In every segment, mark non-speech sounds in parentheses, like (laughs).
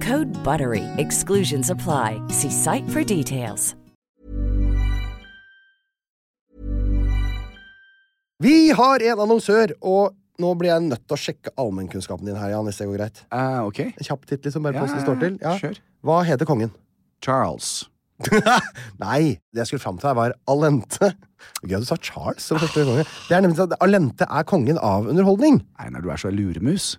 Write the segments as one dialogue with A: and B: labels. A: Code BUTTERY. Exclusions apply. See site for details.
B: Vi har en annonsør, og nå blir jeg nødt til å sjekke allmennkunnskapen din her, Jan, hvis det går greit.
C: Eh, ok.
B: En kjapp titt, liksom, bare
C: Ja,
B: på hvordan det står til.
C: ja, ja. Kjør.
B: Hva heter kongen?
C: Charles.
B: (laughs) Nei, det jeg skulle fram til her, var Alente. Gøy at du sa Charles som første konge. Det er nemlig sånn at Alente er kongen av underholdning.
C: Einar, du er så luremus.
B: (laughs)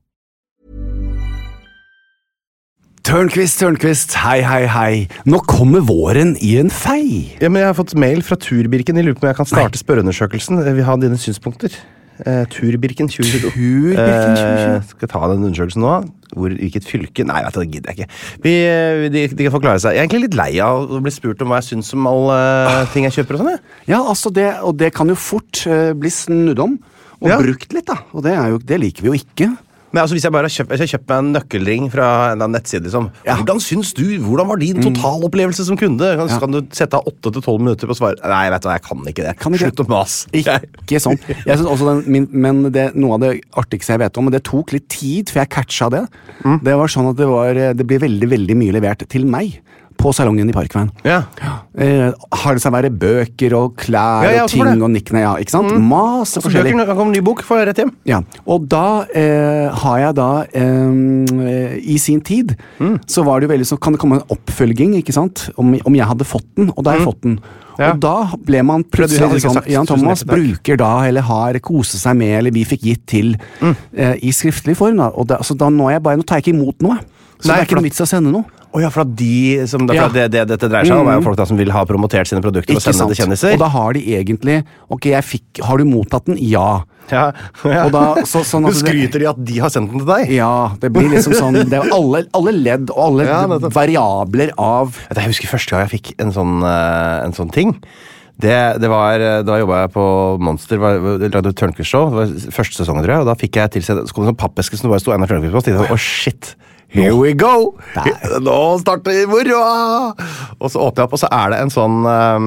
C: Tørnquist, Tørnquist, hei, hei, hei. Nå kommer våren i en fei.
B: Ja, men jeg har fått mail fra Turbirken. Jeg lurer på om jeg kan starte spørreundersøkelsen. Eh, Vi har dine synspunkter. Eh, Turbirken 2022.
C: Turbirken 2022.
B: Eh, skal jeg ta den undersøkelsen nå? Hvor, hvilket fylke? Nei, vet du, det gidder jeg ikke. Vi, eh, de, de kan forklare seg. Jeg er egentlig litt lei av å bli spurt om hva jeg syns om alle eh, ting jeg kjøper. og sånn, jeg.
C: Ja, altså det, og det kan jo fort eh, bli snudd om og
B: Ja.
C: brukt litt, da. Og det, er jo, det liker vi jo ikke.
B: Men altså, hvis jeg bare har kjøpt, hvis jeg har kjøpt meg en nøkkelring fra en eller annen nettside, liksom,
C: Ja.
B: hvordan syns du, hvordan var din totalopplevelse som kunde? Kan,
C: Ja.
B: kan du sette av 8-12 minutter på å svare? Nei, vet du, hva, jeg kan ikke det.
C: Kan ikke.
B: Slutt å mase.
C: Ikke sånn. Jeg synes også den, min, men det, Noe av det artigste jeg vet om, og det tok litt tid før jeg catcha det,
B: Mm.
C: det var sånn at det, var, eh, det ble veldig veldig mye levert til meg på salongen i Parkveien.
B: Ja.
C: Eh, har det seg være bøker og klær
B: Ja, ja,
C: og
B: også for
C: ting
B: det.
C: og nikkene, ja, ikke sant? Masse
B: Så bøker,
C: forskjellig.
B: nå kommer en ny bok, får jeg rett hjem.
C: Ja, og da eh, har jeg da eh, I sin tid
B: Mm.
C: så var det jo veldig sånn Kan det komme en oppfølging, ikke sant? Om, om jeg hadde fått den, og da har jeg fått den.
B: Mm. Ja.
C: Og da ble man plutselig
B: hadde ikke
C: sånn
B: sagt
C: Jan
B: tusen
C: Thomas
B: hjertelig takk.
C: bruker da, eller har koset seg med, eller vi fikk gitt til,
B: Mm.
C: eh, i skriftlig form. da, og da, Så da nå er jeg bare Nå tar jeg ikke imot noe. Så
B: Nei,
C: det er
B: for
C: ikke
B: da-
C: noe vits i å sende noe.
B: Å ja, for at de som det,
C: Ja.
B: for at det, det dette dreier seg om, er jo folk da som vil ha promotert sine produkter Mm. og
C: Ikke
B: sende
C: sant?
B: det til kjendiser.
C: Og da har de egentlig Ok, jeg fikk Har du mottatt den? Ja.
B: (laughs) ja.
C: Og da- så- sånn at
B: Du
C: det-
B: skryter de at de har sendt den til deg?
C: Ja, det blir liksom sånn Det er jo alle, alle ledd og alle
B: Ja, nettopp.
C: variabler av
B: Vet du, Jeg husker første gang jeg fikk en sånn, eh, en sånn ting. Det, det var, eh, Da jobba jeg på Monster, var- lagde Tørnquist-show. Det var første sesongen, tror jeg. og Da fikk jeg tilsendt så kom det en sånn pappeske som det bare sto Einar Tørnquist på. Og så tenkte jeg, sånn, å shit, here we go! Nå starter moroa! Og så åpner jeg opp, og så er det en sånn eh,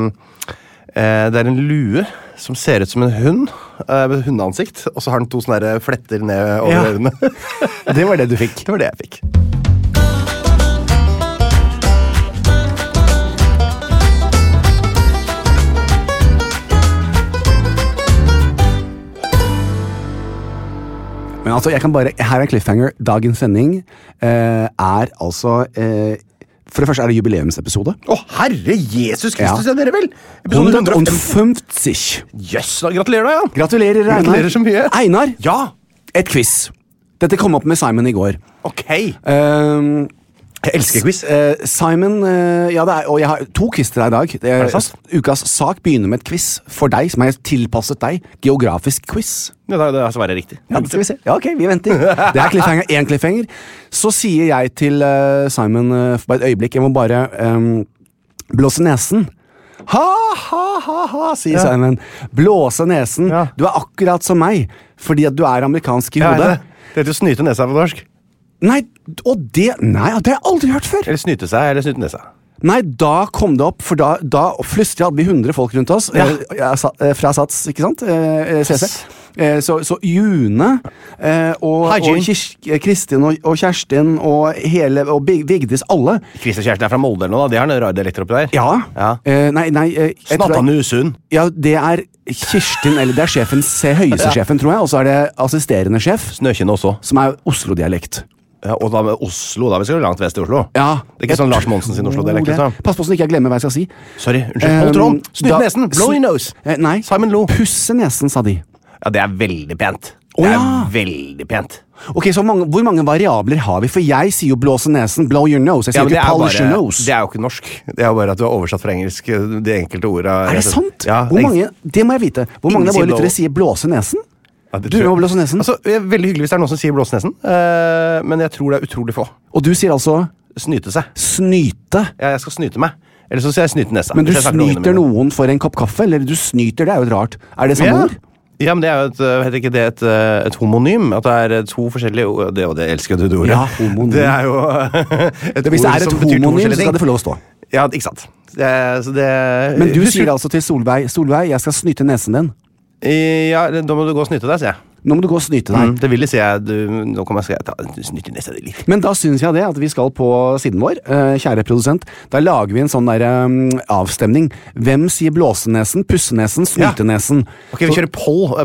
B: eh, Det er en lue som ser ut som en hund. eh, Med hundeansikt. Og så har den to sånne der fletter ned over
C: Ja.
B: ørene. (laughs)
C: Det var det du fikk.
B: det var det jeg fikk.
C: Men altså, jeg kan bare Her er cliffhanger. Dagens sending eh, er altså eh, For det første er det jubileumsepisode.
B: Å, herre Jesus Kristus,
C: Ja.
B: ja, dere vel! Episode 150.
C: 150.
B: Jøss, da gratulerer da, Jan!
C: Gratulerer, Einar.
B: Gratulerer så mye.
C: Einar,
B: Ja,
C: et quiz. Dette kom opp med Simon i går.
B: ok.
C: Ehm,
B: Jeg elsker quiz.
C: eh, Simon eh, ja, det er, Og jeg har to quiz til deg i dag. Det er-
B: det sant?
C: Ukas sak begynner med et quiz for deg, som er tilpasset deg. Geografisk quiz.
B: Ja, da, det er svaret riktig.
C: Ja, det skal vi se. Ja, ok, vi venter.
B: (laughs)
C: Det er cliffhanger, én cliffhanger. Så sier jeg til eh, Simon eh, for bare et øyeblikk, jeg må bare ehm, blåse nesen. Ha, ha, ha, ha, sier
B: Ja.
C: Simon. Blåse nesen.
B: Ja.
C: Du er akkurat som meg, fordi at du er amerikansk i
B: Ja,
C: hodet.
B: det det heter jo snyte nesa på norsk.
C: Nei, og det Nei, det har jeg aldri hørt før!
B: Eller snyte seg, eller snyte nesa.
C: Nei, da kom det opp, for da, da flystret hadde vi 100 folk rundt oss.
B: Ja.
C: eh, jeg sa- eh, fra Sats, ikke sant? Eh, eh, CC. Eh, Så, så June eh, og,
B: Hi,
C: og
B: June.
C: Kirs- eh, Kristin og, og Kjerstin og, hele, og Big- Vigdis, alle.
B: Christer Kjærsten er fra Molde eller noe, da. De har en rar dialekt oppi der.
C: Ja.
B: Ja.
C: Eh, Nei, nei eh, jeg tror-
B: Snatta Nusund.
C: ja, Det er Kirstin, eller det er sjefen, se- høyeste sjefen, tror jeg. Og så er det assisterende sjef,
B: Snøkinne også.
C: som er Oslo-dialekt.
B: Ja, og da med Oslo, da vi skal jo langt vest i Oslo.
C: Ja,
B: Det er ikke sånn Lars Monsen sin Oslo-dialekt.
C: Tror det.
B: Liksom.
C: Pass på så ikke jeg glemmer hva jeg skal si.
B: Sorry, unnskyld. Hold
C: Um,
B: tråden! Snytt
C: da-
B: nesen! Blow your nose!
C: Eh, Nei.
B: Simon Lo.
C: Pusse nesen, sa de.
B: Ja, det er veldig pent.
C: Å,
B: Det er
C: ja.
B: veldig pent.
C: Ok, så mange, Hvor mange variabler har vi? For jeg sier jo blåse nesen, blow your nose. Jeg
B: Ja,
C: sier
B: men
C: ikke
B: jo
C: polish your
B: bare-
C: nose.
B: det er jo ikke norsk. Det er jo bare at du har oversatt fra engelsk eh, de enkelte orda.
C: er det sant?
B: Ja,
C: hvor mange, det må jeg vite. Hvor
B: Ingen
C: mange av
B: sier
C: våre lyttere
B: blow.
C: sier blåse nesen?
B: Ja, det
C: Du
B: tror jeg-
C: må blåse nesen.
B: Altså, eh, veldig hyggelig hvis det er noen som sier blåse nesen, eh, men jeg tror det er utrolig få.
C: Og du sier altså
B: Snyte seg.
C: snyte.
B: Ja, jeg skal snyte meg. Eller så sier jeg snyte nesa.
C: Men du
B: hvis jeg snakker med ungene
C: snyter
B: mine.
C: noen for en kopp kaffe? Eller du snyter, det er jo et rart Er det samme
B: Ja.
C: ord?
B: Ja, men det er jo et, øh, heter ikke det et, øh, et homonym? At det er øh, to forskjellige ord Det, og det elsker du, det ordet.
C: Ja, homonym.
B: Det er jo (laughs) øh, et
C: Hvis det
B: ord
C: er
B: som
C: et
B: betyr to
C: homonym, så skal
B: forskjellige ting. Eh,
C: det få lov å stå.
B: Ja, ikke sant. Det, er- så det
C: Men du
B: Husker-
C: sier altså til Solveig Solveig, jeg skal snyte nesen din.
B: Ja, da må du gå og snyte deg, sier jeg.
C: Nå må du gå og snyte deg.
B: Mm, Det ville si jeg du, Nå kommer jeg til å snyte nesa di litt.
C: Men da syns jeg det at vi skal på siden vår, eh, kjære produsent. Da lager vi en sånn der, eh, avstemning. Hvem sier blåsenesen, pussenesen,
B: Ja.
C: snytenesen?
B: Ok, vi
C: Så-
B: kjører poll øh,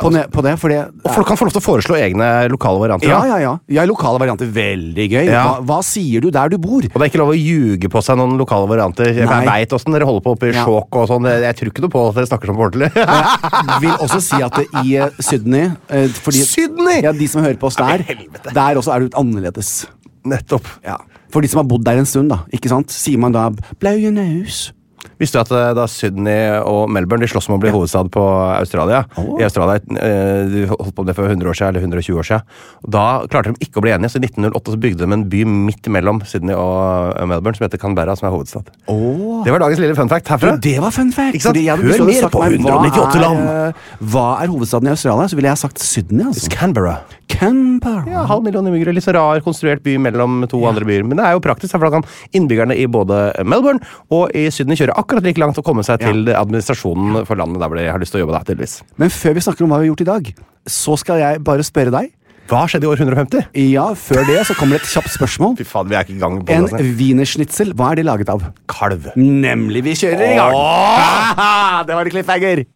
C: Poll på, ne- på det, for det
B: Og folk kan få lov til å foreslå egne lokale varianter.
C: Ja, ja,
B: da.
C: ja. ja lokale varianter. Veldig gøy.
B: Ja.
C: Hva, hva sier du der du bor?
B: Og det er ikke lov å ljuge på seg noen lokale varianter. Jeg
C: Nei.
B: veit åssen dere holder på oppe i
C: Ja.
B: Skjåk og sånn. Jeg tror ikke noe på at dere snakker som på ordentlig.
C: Jeg vil også si at det i eh, Sydney eh, fordi,
B: Sydney?
C: Ja, De som hører på oss der,
B: helvete.
C: der også er det annerledes.
B: (laughs) Nettopp.
C: Ja. For de som har bodd der en stund, da. ikke sant? Sier man da 'blow your nose'?
B: Visste du at eh, da Sydney og Melbourne de slåss om å bli hovedstad på Australia
C: Åh.
B: I Australia, eh, De holdt på med det for 100 år siden, eller 120 år siden. Og Da klarte de ikke å bli enige, så i 1908 så bygde de en by midt mellom Sydney og eh, Melbourne som heter Canberra, som er hovedstad.
C: Åh.
B: Det var dagens lille fun fact herfra.
C: Jo, det var fun fact.
B: Ikke sant?
C: Fordi jeg hadde-
B: Hør
C: hvis du hadde
B: mer
C: sagt
B: på
C: meg,
B: 198
C: hva er,
B: land.
C: eh, Hva er hovedstaden i Australia? Så ville jeg sagt Sydney.
B: It's
C: altså.
B: Canberra.
C: Canberra.
B: Ja, Halv million innbyggere. Litt så rar konstruert by mellom to andre byer. Men det er jo praktisk, for da kan innbyggerne i både Melbourne og i Sydney kjøre akkurat like langt og komme seg til administrasjonen for landet der hvor de har lyst til å jobbe. da, tydeligvis.
C: Men før vi snakker om hva vi har gjort i dag, så skal jeg bare spørre deg.
B: Hva skjedde i år 150?
C: Ja, Før det så kommer det et kjapt spørsmål.
B: Fy faen, vi er ikke i gang på altså.
C: En
B: podcasten.
C: wienerschnitzel, hva er det laget av?
B: kalv.
C: Nemlig, vi kjører i gang!
B: (laughs)
C: Haha, det var det cliffhanger!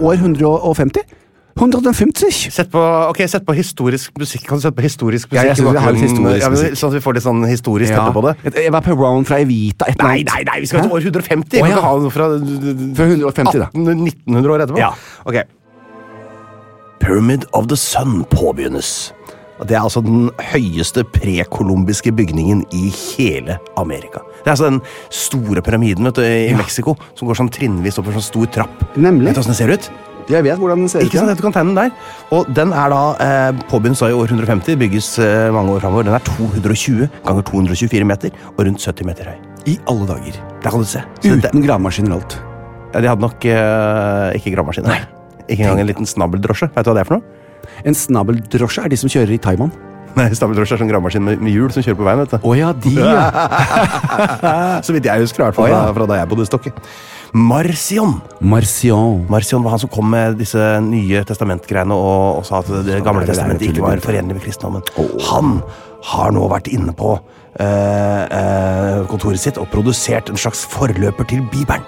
C: År 150? 150?
B: Sett på, ok, sett på historisk musikk. Kan du sette på historisk
C: Ja,
B: musikk?
C: jeg synes
B: i
C: vi har litt
B: bakgrunnen?
C: historisk
B: Ja, men
C: musikk.
B: Sånn at vi får litt sånn historisk teppe på det.
C: Et- Jeg var på Round fra Evita. et eller
B: Nei,
C: annet.
B: nei, nei, vi skal til
C: Hæ?
B: år 150! Vi
C: Å,
B: kan
C: ja.
B: ikke ha noe fra
C: Fra 150, da.
B: 1800-1900 år etterpå.
C: Ja.
B: Ah, Ok. Pyramid of the Sun påbegynnes. Og Det er altså den høyeste prekolumbiske bygningen i hele Amerika. Det er altså den store pyramiden vet du, i Mexico som går sånn trinnvis oppover sånn stor trapp.
C: Nemlig.
B: Vet du hvordan den ser ut?
C: Jeg vet hvordan den ser
B: Ikke sant,
C: ut.
B: at du kan tegne den der. Og den er da eh, påbegynt i år 150, bygges eh, mange år framover. Den er 220 ganger 224 meter og rundt 70 meter høy.
C: ja. I alle dager.
B: Der kan du se. Så dette-
C: Uten gravemaskiner og alt.
B: ja, de hadde nok eh, ikke gravemaskin. her. Ikke engang en liten snabbeldrosje. Vet du hva det er for noe?
C: En snabeldrosje er de som kjører i Thailand.
B: Nei, Snabbeldrosje er sånn gravemaskin med, med hjul som kjører på veien. vet du.
C: Å ja, de,
B: (laughs)
C: ja.
B: Så vidt jeg husker, i hvert fall
C: Å, ja.
B: da- fra da jeg bodde i Stokke. Marcion.
C: Marcion.
B: Marcion var han som kom med disse nye testamentgreiene og, og sa at Det gamle
C: det der
B: testamentet
C: tullet
B: ikke var
C: begynte.
B: forenlig med kristendommen. Han har nå vært inne på eh, eh, kontoret sitt og produsert en slags forløper til Bibelen.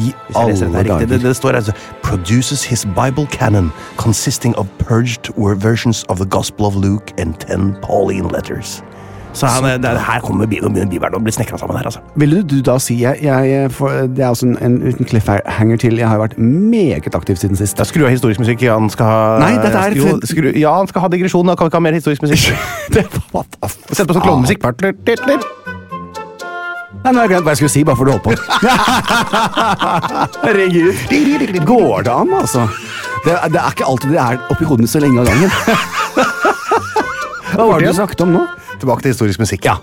C: I
B: Hvis jeg leser
C: alle
B: dette riktig, det,
C: dager.
B: det står altså Produces his Bible canon consisting of purged were versions of the Gospel of Luke and ten Pauline letters. Så han, eh, det, her kommer bi- nå begynner Bibelen å bli snekra sammen her, altså.
C: Ville du da si jeg, jeg, for, Det er også en, en liten cliffhanger til. Jeg har jo vært meget aktiv siden sist.
B: (laughs) Da skrur av historisk musikk. Ja, han skal ha
C: Nei, dette er-
B: jo, skru, Ja, han skal ha digresjon. Da kan vi ikke ha mer
C: (laughs)
B: historisk musikk. Sett på sånn klovnemusikk.
C: Ah. Nei, nå har jeg glemt hva jeg skulle si, bare for du
B: (laughs)
C: holdt på. Herregud. Går det an, altså? Det, er- det er ikke alltid det er oppi hodet mitt så lenge av
B: (laughs)
C: gangen. Hva var det du snakket om nå?
B: Tilbake til historisk musikk. Ja.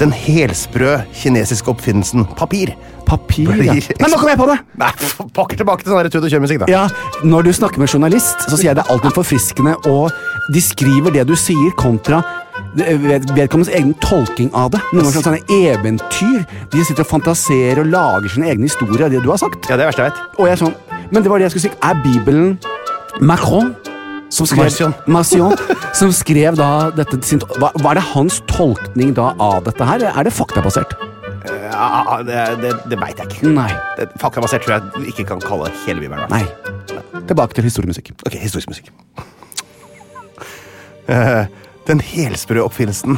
B: Den helsprø kinesiske oppfinnelsen papir.
C: Papir, ja.
B: Blir-
C: Nei, nå kom jeg på det!
B: Nei, for pokker tilbake til sånn tut og kjør-musikk, da.
C: Ja, Når du snakker med journalist, så sier jeg det er alltid forfriskende, og de skriver det du sier, kontra eh, ved- vedkommendes egen tolking av det. Noen ganger sånne eventyr. De sitter og fantaserer og lager sine egne historier av det du har sagt.
B: Ja, det er verst jeg vet.
C: Og jeg er sånn, men det var det jeg skulle si. Er Bibelen Macron? Som skrev, (laughs)
B: Marcion.
C: Marcion, som skrev da dette til sin, hva, hva er det hans tolkning da av dette her? Er det faktabasert?
B: Ja, det det, det veit jeg ikke.
C: Nei.
B: Det, faktabasert tror jeg du ikke kan kalle hele Bibelen. da.
C: Mm. Nei. Tilbake til historiemusikk.
B: Ok, historisk musikk. (laughs) Eh, Den helsprø oppfinnelsen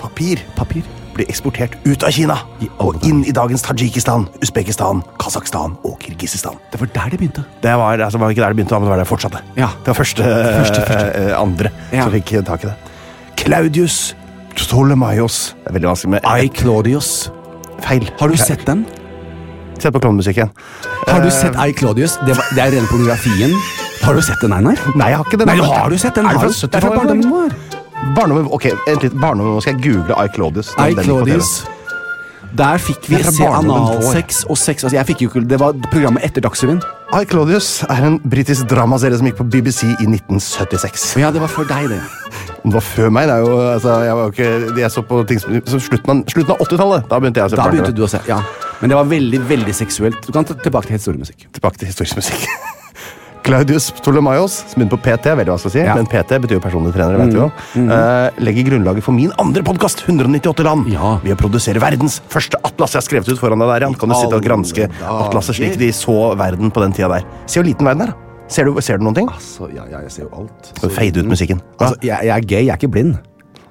B: papir
C: Papir.
B: blir eksportert ut av Kina
C: I alle
B: og
C: dager.
B: inn i dagens Tadsjikistan, Usbekistan, Kasakhstan og Kirgisistan.
C: Det var der det begynte.
B: Det var, altså, var ikke der det begynte, men det var der det fortsatte.
C: Ja.
B: Det var første, eh, eh, andre
C: Ja.
B: som fikk tak i det. Claudius Ptolemaios. Det er veldig vanskelig med
C: I Claudius.
B: feil.
C: Har du
B: Kla-
C: sett den?
B: Sett på klovnemusikken.
C: Har du sett I Claudius? Det, var, det er rene pornografien. Har du sett den, Einar?
B: Nei, jeg har ikke den.
C: Nei, har du sett den?
B: Er det
C: Har
B: fra
C: du- Det er fra
B: 70-tallet?
C: barndommen vår.
B: Barndommen, ok, vent litt. Barndommen, nå skal jeg google I Claudius. Den-
C: I
B: den gikk på
C: Claudius.
B: TV.
C: Der fikk vi
B: Det er fra
C: se
B: barndommen vår.
C: analsex og sex. Altså, jeg fikk jo ikke, det var programmet etter Dagsrevyen.
B: I Claudius er en britisk dramaserie som gikk på BBC i 1976.
C: Ja, det var for deg, det.
B: Den var før meg. det er jo, altså, Jeg var jo ikke, jeg så på ting som som slutten av, slutten av 80-tallet. Da begynte jeg å se
C: Da
B: barne-TV.
C: begynte du å se, ja. Men det var veldig veldig seksuelt. Du kan ta tilbake til historiemusikk.
B: Tilbake til historisk musikk. (laughs) Claudius Ptolemaios, som begynner på PT, vet du hva jeg skal si,
C: Ja. Mm,
B: men PT betyr jo personlig trener, det vet du jo, eh, legger grunnlaget for min andre podkast, 198 land,
C: Ja.
B: ved å produsere verdens første atlas. Jeg har skrevet ut foran deg der, Jan. Kan du sitte
C: alle
B: og granske
C: dager.
B: atlaset slik de så verden på den tida der? Se hvor liten verden er, da. Ser du, ser du noen ting?
C: Så, ja, jeg ser jo alt.
B: Så Fade ut musikken. Å,
C: Altså, jeg, jeg er gay, jeg er ikke blind.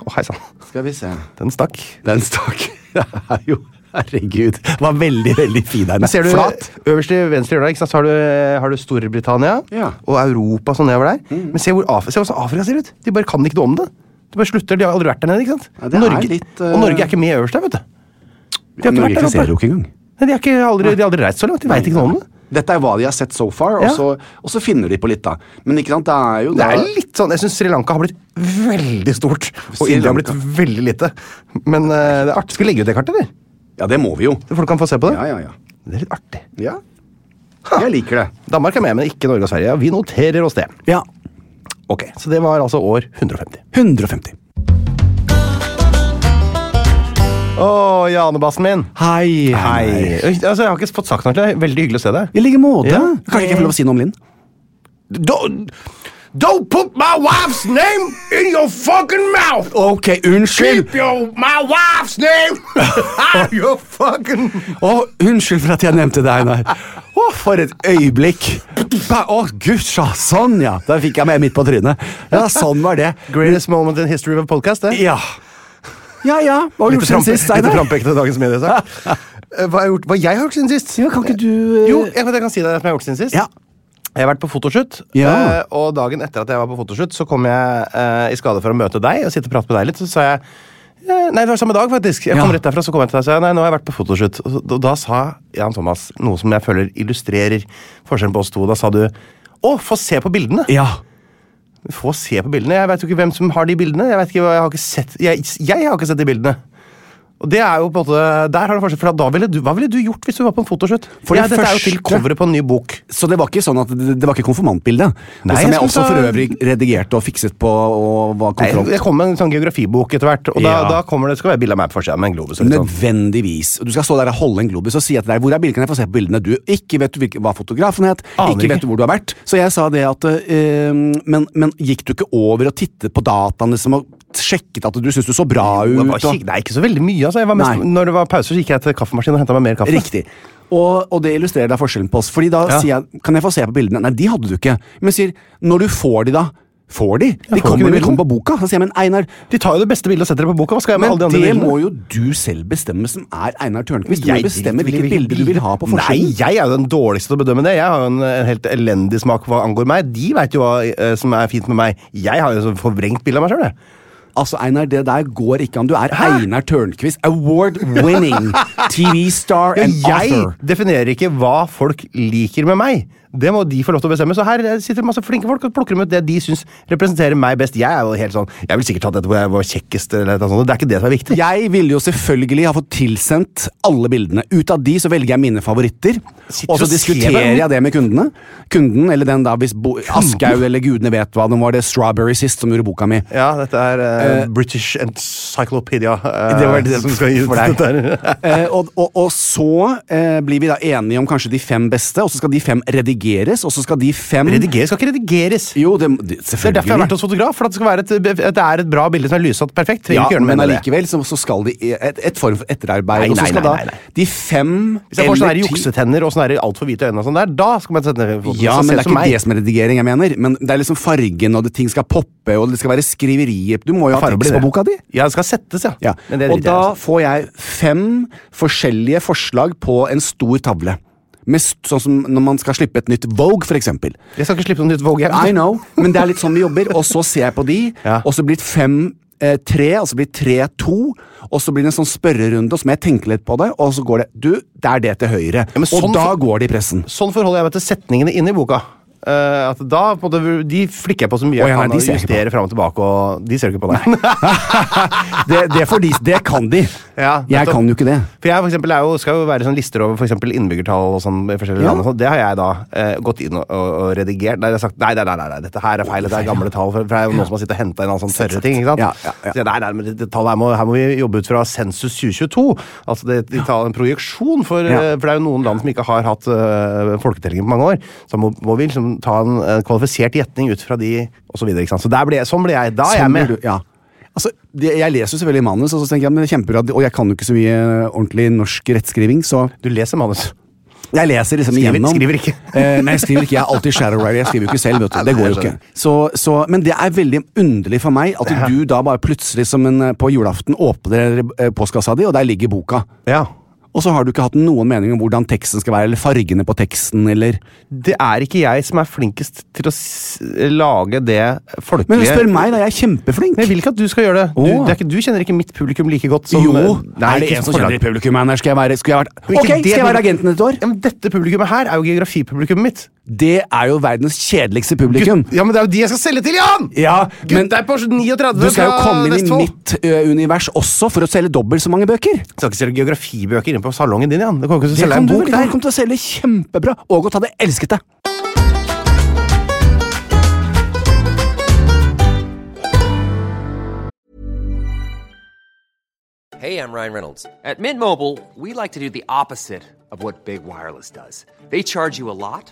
B: hei sann.
C: Skal vi se.
B: Den stakk.
C: Den stakk. (laughs) Det er jo Herregud. Det var veldig, veldig fin der.
B: Men ser du,
C: Flat.
B: Øverst til venstre hjørne ikke sant, så har du, eh, har du Storbritannia
C: Ja. Mm.
B: og Europa sånn nedover der. Men se, hvor Af se hvordan Afrika ser ut! De bare kan ikke noe om det. De bare slutter, de har aldri vært der nede. ikke sant?
C: Ja, det er
B: Norge,
C: litt, eh,
B: Og Norge er ikke med øverst der, vet du. De har ikke vært
C: Norge
B: der
C: ser jo
B: oppe.
C: ikke engang.
B: Nei, de, har ikke aldri, de har aldri reist så langt. De veit ikke noe om det.
C: Dette er hva de har sett so far,
B: Ja.
C: og, så, og så finner de på litt, da. Men ikke sant, det er jo
B: Det
C: da
B: er litt sånn, Jeg syns Sri Lanka har blitt veldig stort, og
C: Sri
B: India har blitt
C: Lanka.
B: veldig lite. Men eh, det er artig. Skal vi legge ut det kartet, eller?
C: Ja, det må vi jo.
B: Så folk kan få se på det?
C: Ja, ja, ja.
B: Det er litt artig.
C: ja. Jeg liker det.
B: Danmark er med, men ikke Norge og Sverige. Vi noterer oss det.
C: Ja.
B: Ok, Så det var altså år 150.
C: 150.
B: Å, Janebassen min.
C: Hei.
B: Hei. Oi, Altså, jeg har ikke fått sagt noe til deg. Veldig hyggelig å se deg.
C: I like måte.
B: Ja.
C: Kanskje jeg ikke får lov å si noe om Linn?
B: Don't, put my wife's name in your fucking mouth!
C: Ok, unnskyld.
B: your, my wife's (laughs) name out your fucking
C: Å, unnskyld for at jeg nevnte deg, Einar. Å, for et øyeblikk! Ba- Å, gudsa! Sånn, ja! Da fikk jeg meg midt på trynet. Ja, sånn var det.
B: Greatest moment in history of a podcast, det.
C: Ja. Ja, ja. Hva har du gjort siden sist, Einar?
B: frampekende dagens (laughs) mediesak. Eh, Hva har jeg gjort Hva jeg har gjort siden sist?
C: Ja, kan ikke du, eh,
B: Jo, jeg, vet, jeg kan si deg hva jeg har gjort siden sist.
C: Ja.
B: Jeg har vært på fotoshoot,
C: Ja.
B: eh, og dagen etter at jeg var på fotoshoot, så kom jeg eh, i skade for å møte deg og sitte og prate med deg litt. Så sa jeg eh, Nei, det var samme dag, faktisk. Jeg kom
C: Ja.
B: rett derfra, så kom jeg til deg og sa nei, nå har jeg vært på fotoshoot. Og så- og da sa Jan Thomas noe som jeg føler illustrerer forskjellen på oss to. Da sa du å, få se på bildene!
C: Ja.
B: Få se på bildene. Jeg vet jo ikke hvem som har de bildene. Jeg, vet ikke, hva- jeg, har, ikke sett, jeg, jeg har ikke sett de bildene. Og det er jo på en måte, der har du forskjell, for da ville du, Hva ville du gjort hvis du var på en fotoshoot?
C: For
B: ja,
C: det
B: dette er jo
C: første-
B: til coveret på en ny bok.
C: Så det var ikke sånn at det, det var ikke konfirmantbildet? Nei, som
B: Nei, jeg
C: jeg
B: skulle
C: også
B: ta-
C: for øvrig redigerte og fikset på og var
B: Nei,
C: kontroll.
B: jeg kom med en sånn geografibok etter hvert, og da,
C: Ja.
B: da kommer det, skal være bilde av meg på forsiden med en globus. og litt sånn.
C: Nødvendigvis. Du skal stå der og holde en globus og si etter deg hvor er bildene, jeg får se på bildene. Du ikke vet du hvilke, hva fotografen het,
B: Aner
C: ikke
B: ikke.
C: vet du hvor du har vært. Så jeg sa det at eh, men, men gikk du ikke over og tittet på dataen liksom, og sjekket at du syntes du så bra
B: Det
C: ut?
B: var
C: Og,
B: kikk- Nei, ikke så veldig mye. altså. Jeg var mest,
C: Nei.
B: når det var pause, så gikk jeg til kaffemaskinen og henta meg mer kaffe.
C: riktig. Og, og det illustrerer da forskjellen på oss. Fordi da
B: Ja.
C: sier jeg Kan jeg få se på bildene? Nei, de hadde du ikke. Men jeg sier Når du får de, da. Får de? De
B: får
C: kommer
B: man
C: jo
B: dem.
C: velkommen på boka. Så sier jeg, men Einar,
B: De tar jo det beste bildet og setter det på boka. Hva skal jeg med
C: men
B: alle
C: det
B: de andre bildene?
C: må jo du selv bestemme, som er Einar Tørnquist. Du
B: Jeg
C: må bestemme
B: driter vel i
C: hvilket bilde du vil ha på
B: Nei,
C: forsiden.
B: jeg er jo den dårligste til å bedømme det. Jeg har jo en, en helt elendig smak hva angår meg. De veit jo hva eh, som er fint med meg. Jeg har jo så forvrengt bilde av meg sjøl, jeg.
C: Altså, Einar, det der går ikke an. Du er Einar Tørnquist. (laughs) Award-winning TV-star
B: Ja,
C: and
B: jeg
C: author.
B: definerer ikke hva folk liker med meg. Det må de få lov til å bestemme. Så her eh, sitter masse flinke folk og plukker dem ut det de syns representerer meg best. Jeg er jo helt sånn Jeg ville sikkert tatt dette hvor jeg var kjekkest, eller noe sånt. Det er ikke det som er viktig.
C: Jeg ville jo selvfølgelig ha fått tilsendt alle bildene. Ut av de så velger jeg mine favoritter.
B: Sitter
C: Og så
B: og ser
C: diskuterer
B: dem.
C: jeg det med kundene. Kunden, eller den da, hvis Bo Aschhaug eller gudene vet hva den var, det Strawberry sist som gjorde boka mi.
B: Ja, dette er eh, British Encyclopedia. eh,
C: Det var det som
B: skal gi ut
C: for deg.
B: (laughs) dette her.
C: Eh, og, og, og så eh, blir vi da enige om kanskje de fem beste, og så skal de fem redigeres, og så skal de fem
B: Redigeres skal ikke redigeres.
C: Jo, det, det,
B: Det er
C: selvfølgelig.
B: derfor jeg har vært hos fotograf. For at det skal være et, at det er et bra bilde som er lyssatt perfekt. Trenger
C: ja,
B: ikke gjøre
C: men
B: noe mer med det.
C: allikevel så, så skal de et, et form for etterarbeid.
B: Nei,
C: og så
B: nei,
C: skal
B: nei,
C: da
B: nei, nei.
C: de fem
B: Hvis jeg får sånne her
C: ti-
B: juksetenner og sånne her altfor hvite øyne, og sånn der, da skal man sette ned foten.
C: Ja, men
B: Så se
C: det er
B: som
C: ikke
B: meg.
C: det som er redigering jeg mener. Men det er liksom fargen, og det, ting skal poppe, og det skal være skriverier Du må jo ha
B: Farge
C: tekst
B: blir
C: på
B: det.
C: boka di!
B: Ja, det skal settes, ja.
C: Ja.
B: Men det
C: Og
B: driter jeg i,
C: da
B: altså.
C: får jeg fem forskjellige forslag på en stor tavle. Med, s- sånn som når man skal slippe et nytt Vogue, for eksempel.
B: Jeg skal ikke slippe noe nytt Vogue.
C: I
B: Jeg.
C: know, men det er litt sånn vi jobber. Og så ser jeg på de,
B: Ja.
C: og så blir det fem eh, tre, og så blir det tre to, og så blir det en sånn spørrerunde, og så må jeg tenke litt på det, og så går det Du, det er det til høyre.
B: men sånn
C: og da
B: for-
C: går det i pressen.
B: Sånn forholder jeg meg til setningene inne i boka. Eh, at da, på en måte, De flikker jeg på så mye
C: Å, ja,
B: jeg
C: nei,
B: kan
C: de
B: og
C: ser jeg ikke
B: justerer fram og tilbake. og De ser jo ikke
C: (laughs)
B: på deg.
C: det, det er for de, det kan de.
B: Ja,
C: jeg
B: nettopp.
C: kan jo ikke det.
B: For jeg for eksempel, er jo, skal jo være sånn lister over for eksempel innbyggertall og sånn. i forskjellige
C: Ja.
B: land og sånn. Det har jeg da eh, gått inn og, og, og redigert. Nei, jeg har sagt, nei, nei, nei, nei, nei, dette her er feil. Dette er gamle tall. For, for det er jo noen som har sittet og hentet inn alle sånne tørre ting. ikke sant?
C: Ja, ja, ja.
B: Så jeg, nei, nei, men det, det tallet her må, her må vi jobbe ut fra sensus 2022. Altså det, de tar en projeksjon, for,
C: Ja.
B: eh, for det er jo noen land som ikke har hatt eh, folketellinger på mange år. Så må, må vi liksom ta en, eh, kvalifisert gjetning ut fra de, og så videre. ikke sant? Så der blir jeg, sånn blir jeg. Da er
C: Sånn
B: jeg med.
C: blir du- ja. Altså, det, jeg leser jo selvfølgelig manus, og så tenker jeg, men det er kjempebra, og jeg kan jo ikke så mye eh, ordentlig norsk rettskriving, så
B: Du leser manus.
C: jeg leser liksom
B: Skriver-
C: igjennom.
B: skriver ikke.
C: eh, nei, jeg skriver ikke. Jeg er alltid shadowwriter. Jeg skriver jo ikke selv, vet du. Det går jo ikke. Så, så, men det er veldig underlig for meg at du da bare plutselig som en, eh, på julaften åpner eh, postkassa di, og der ligger boka.
B: Ja.
C: Og så har du ikke hatt noen mening om hvordan teksten skal være, eller fargene på teksten, eller
B: det er ikke jeg som er flinkest til å s lage det folkelige
C: Men spør meg, da. Jeg er kjempeflink.
B: Men Jeg vil ikke at du skal gjøre det. Du,
C: Åh.
B: det er ikke, du kjenner ikke mitt publikum like godt som eh,
C: jo!
B: Nei,
C: er det
B: ikke
C: en som
B: forlag.
C: kjenner i publikum? Einar? Skal jeg være, skulle jeg vært,
B: Men
C: ok,
B: ikke
C: skal
B: det
C: jeg være
B: publikum-
C: agenten et år?
B: Ja, men dette publikummet her er jo geografipublikummet mitt.
C: Det er jo verdens kjedeligste publikum.
B: Ja, men Det er jo de jeg skal selge til, Jan!
C: Ja, men
B: Gutta er på 39
C: du skal jo
B: fra
C: komme inn i
B: Vestfold.
C: mitt ø, univers også for å selge dobbelt så mange bøker.
B: Jeg skal ikke selge geografibøker inne på salongen din, Jan. Det kommer ikke til å
C: Det
B: selge
C: kan
B: en
C: du
B: bok
C: vel
B: der.
C: gjøre. Kommer til å selge kjempebra. Ågot hadde elsket det.
D: Hey, I'm Ryan Reynolds. At Mint Mobile, we like to do the opposite of what Big Wireless does. They charge you a lot,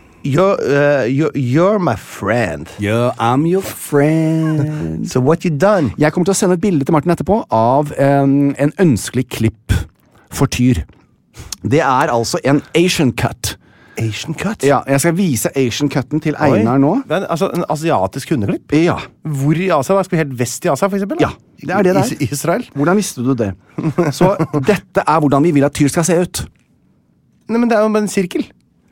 B: You're, uh, you're, you're my friend.
C: Yeah, I'm your friend.
B: So what you done?
C: Jeg kommer til å sende et bilde til Martin etterpå av en, en ønskelig klipp for tyr. Det er altså en Asian cut.
B: Asian cut?
C: Ja, jeg skal vise Asian cutten til
B: Oi.
C: Einar nå.
B: Det er en, altså, en asiatisk hundeklipp?
C: Ja.
B: Hvor i Asia? da? Skal vi helt vest i Asia, for eksempel? da?
C: Ja, det er det det er.
B: Is Israel?
C: Hvordan visste du det? Så dette er hvordan vi vil at tyr skal se ut.
B: Nei, men det er jo bare en sirkel.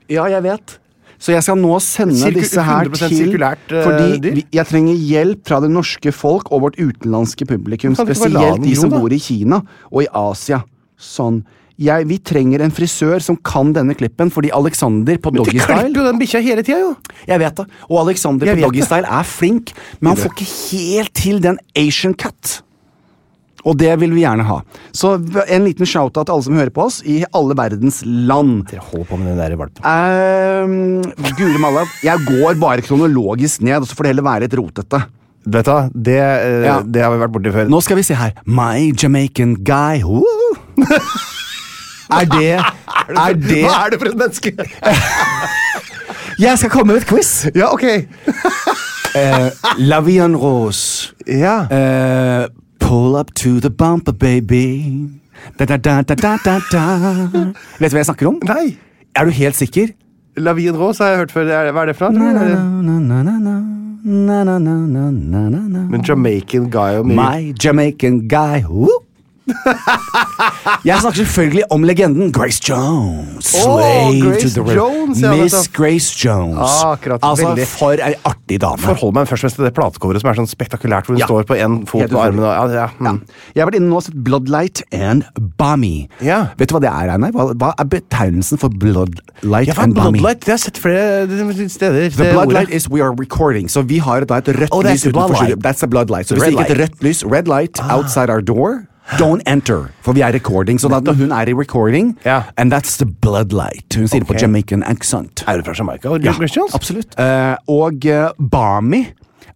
C: Ja, jeg vet. Så jeg skal nå sende
B: Sirku-
C: disse her
B: 100%
C: til
B: sirkulært, eh,
C: Fordi
B: dyr?
C: vi, jeg trenger hjelp fra det norske folk og vårt utenlandske publikum.
B: Kan du ikke bare la
C: Spesielt
B: den
C: de
B: gro,
C: som
B: da?
C: bor i Kina og i Asia. Sånn. Jeg, vi trenger en frisør som kan denne klippen, fordi Alexander på
B: Men du klipper
C: Doggystyle
B: jo den bikkja hele tida, jo!
C: Jeg vet det. Og Alexander
B: Jeg
C: på
B: vet det.
C: Doggystyle er flink, men han får ikke helt til den Asian cut. Og det vil vi gjerne ha. Så en liten shout-out til alle som hører på oss i alle verdens land.
B: Dere holder på med den der valpen.
C: Um, Guri malla, jeg går bare kronologisk ned, og så får det heller være litt rotete.
B: Vet du hva, det, eh,
C: Ja.
B: det har vi vært borti før.
C: Nå skal vi se her. My Jamaican guy woo. (laughs) Er det (laughs) Er det
B: Hva er det for et menneske?!
C: (laughs) Jeg skal komme med et quiz!
B: ja, ok!
C: Eh, (laughs) La vie en rose.
B: Ja.
C: Eh, pull up to the bumper, baby. Da-da-da-da-da-da. Vet du hva jeg snakker om?
B: Nei!
C: Er du helt sikker?
B: La Vie en Rose har jeg hørt før. Det er- Hva er det fra? tror du?
C: Na-na-na-na-na-na-na-na-na-na-na.
B: Men Jamaican guy og mye
C: My Jamaican guy whoop. Jeg snakker selvfølgelig om legenden Grace Jones. Slave
B: Grace
C: to the rhythm.
B: Jones, ja,
C: Miss
B: nettopp.
C: Grace Jones.
B: Ah, akkurat,
C: altså,
B: veldig.
C: for ei artig dame.
B: Forhold meg først og fremst til det platecoveret som er sånn spektakulært, hvor hun
C: Ja.
B: står på én fot
C: Helt
B: med armene og ja, ja.
C: ja.
B: Mm.
C: Jeg har vært inne nå og sett Bloodlight and Bami.
B: Ja.
C: Vet du hva det er, Einar? Hva, hva er betegnelsen for Bloodlight
B: Ja, for
C: and Bami?
B: Bloodlight, det har jeg sett flere steder.
C: The
B: det
C: bloodlight
B: ordet.
C: is we are recording. Så vi har da et rødt
B: Oh, that's
C: lys
B: the
C: utenfor
B: bloodlight.
C: studio. That's the bloodlight. Så
B: The
C: hvis
B: red
C: det ikke er et
B: light. Ah.
C: rødt lys, red light outside our door, don't enter. For vi er recording. Så da når hun er i recording,
B: Ja.
C: and that's the bloodlight. Hun sier det på
B: Ok.
C: Jamaican accent.
B: Er du fra Jamaica? Og
C: Ja,
B: Grace Jones?
C: absolutt. Eh, og eh, barmi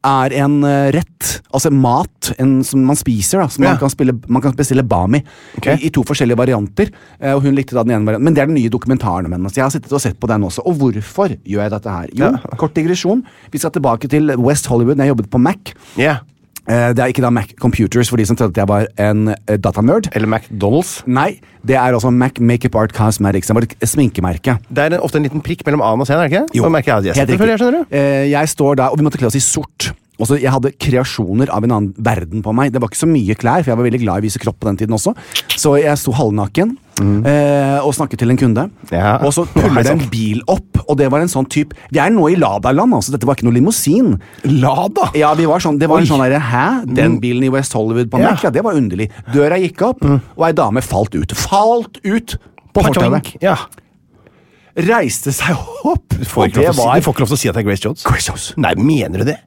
C: er en eh, rett, altså mat, en, som man spiser. da, som
B: Ja.
C: man, kan spille, man kan bestille barmi
B: Ok.
C: i, i to forskjellige varianter. eh, og hun likte da den ene varianten, Men det er den nye dokumentaren om henne. Så jeg har sittet og sett på den også. Og hvorfor gjør jeg dette her? Jo, kort digresjon. Vi skal tilbake til West Hollywood, da jeg jobbet på Mac.
B: Ja.
C: Eh, det er ikke da Mac Computers, for de som trodde at jeg var en eh, datanerd.
B: Eller McDonald's.
C: Nei, det er altså Mac Makeup Art Cosmetics. Det var et sminkemerke.
B: Det er en, ofte en liten prikk mellom A-en og C-en, er det ikke?
C: Jo,
B: Og merker jeg at jeg
C: helt
B: setter før, jeg
C: riktig.
B: skjønner du?
C: Eh, jeg står der, og vi måtte kle oss i sort. Og så Jeg hadde kreasjoner av en annen verden på meg. Det var ikke så mye klær, for jeg var veldig glad i å vise kropp på den tiden også. Så jeg sto halvnaken eh, og snakket til en kunde.
B: Mm. (laughs) Ja. sånn.
C: Og så puller
B: Nei,
C: det en
B: sant.
C: bil opp, og det var en sånn type Vi er nå i Ladaland, altså. Dette var ikke noe limousin.
B: Lada! Mm.
C: Ja, vi var sånn, Det var en sånn derre Hæ? Den bilen i West Hollywood på
B: Ja. Mm.
C: Mac? Ja, det var underlig. Døra gikk opp, og ei dame falt ut. Falt ut på fortauet!
B: Ja.
C: Reiste seg opp.
B: Du
C: og
B: får,
C: det
B: ikke lov til å si,
C: var
B: du får ikke lov til å si at det er Grace Jones.
C: Grace Jones.
B: Nei, mener du det?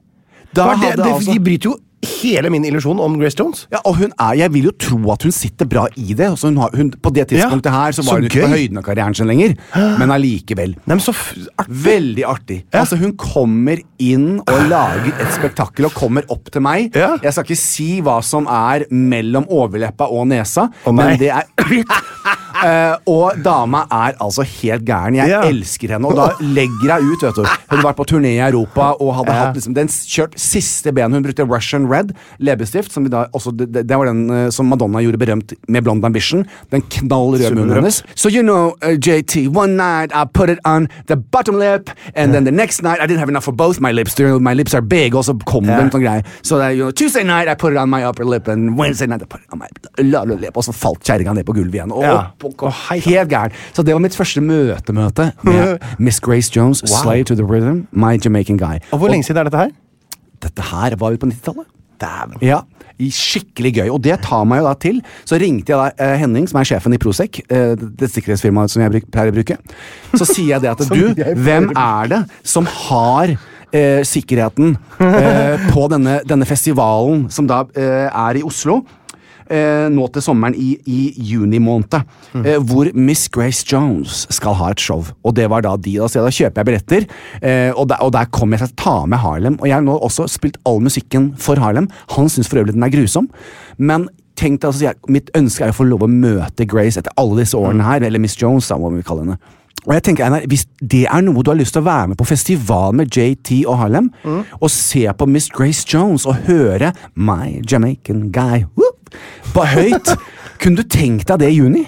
C: Da
B: Hva er det,
C: hadde
B: det,
C: altså-
B: De bryter jo hele min illusjon om Grace Jones.
C: Ja, og hun er, Jeg vil jo tro at hun sitter bra i det. Altså hun har, hun, på det tidspunktet her så
B: så
C: var hun ikke på
B: gøy.
C: høyden av karrieren sin lenger, men allikevel.
B: Nei, men så f artig.
C: Veldig artig. Altså Hun kommer inn og lager et spektakel og kommer opp til meg.
B: Ja.
C: Jeg skal ikke si hva som er mellom overleppa og nesa,
B: Å, nei.
C: men det er (clears throat) hvitt. Eh, og dama er altså helt gæren. Jeg
B: Ja.
C: elsker henne. Og da legger hun ut. vet du Hun har vært på turné i Europa og hadde hatt liksom, den s- kjørt siste benet. Hun brukte Russian Red leppestift. Som vi da også, det, det det var den eh, som Madonna gjorde berømt med Blond Ambition. Den knall røde munnen
B: Superrødt.
C: hennes. So you know, uh, JT, one night I put it on the bottom lip, and then the next night I didn't have enough for both my lips. You know, my lips are big, og så kom det en sånn greie. So that, you know, Tuesday night I put it on my upper lip, and Wednesday night I put it on my lower lip. Og så falt kjerringa ned på gulvet igjen. Og
B: Ja.
C: opp, og, og, helt gæren. Så det var mitt første møtemøte med Miss Grace Jones, Slave to the Rhythm, My Jamaican Guy.
B: Og hvor lenge siden er dette her?
C: Dette her var jo på 90-tallet. Ja, i- Skikkelig gøy. Og det tar meg jo da til. Så ringte jeg da eh, Henning, som er sjefen i Prosec, eh, det sikkerhetsfirmaet som jeg bruk, pleier å bruke. Så sier jeg det (laughs) at du, hvem er det som har eh, sikkerheten eh, på denne, denne festivalen som da eh, er i Oslo? Eh, nå til sommeren i, i juni måned, eh, hvor Miss Grace Jones skal ha et show. Og det var da de. Da, så da kjøper jeg billetter, eh, og, der, og der kom jeg til å ta med Harlem. Og jeg har nå også spilt all musikken for Harlem. Han syns for øvrig den er grusom. Men tenk
B: Mm.
C: deg, altså, jeg, mitt ønske er å få lov å møte Grace etter alle disse årene her, eller Miss Jones, da, må vi kalle henne. Og jeg tenker, Einar, Hvis det er noe du har lyst til å være med på festival med JT og Harlem,
B: Mm.
C: og se på Miss Grace Jones og høre My Jamaican Guy whoop, på høyt
B: (laughs)
C: Kunne du tenkt deg det i juni?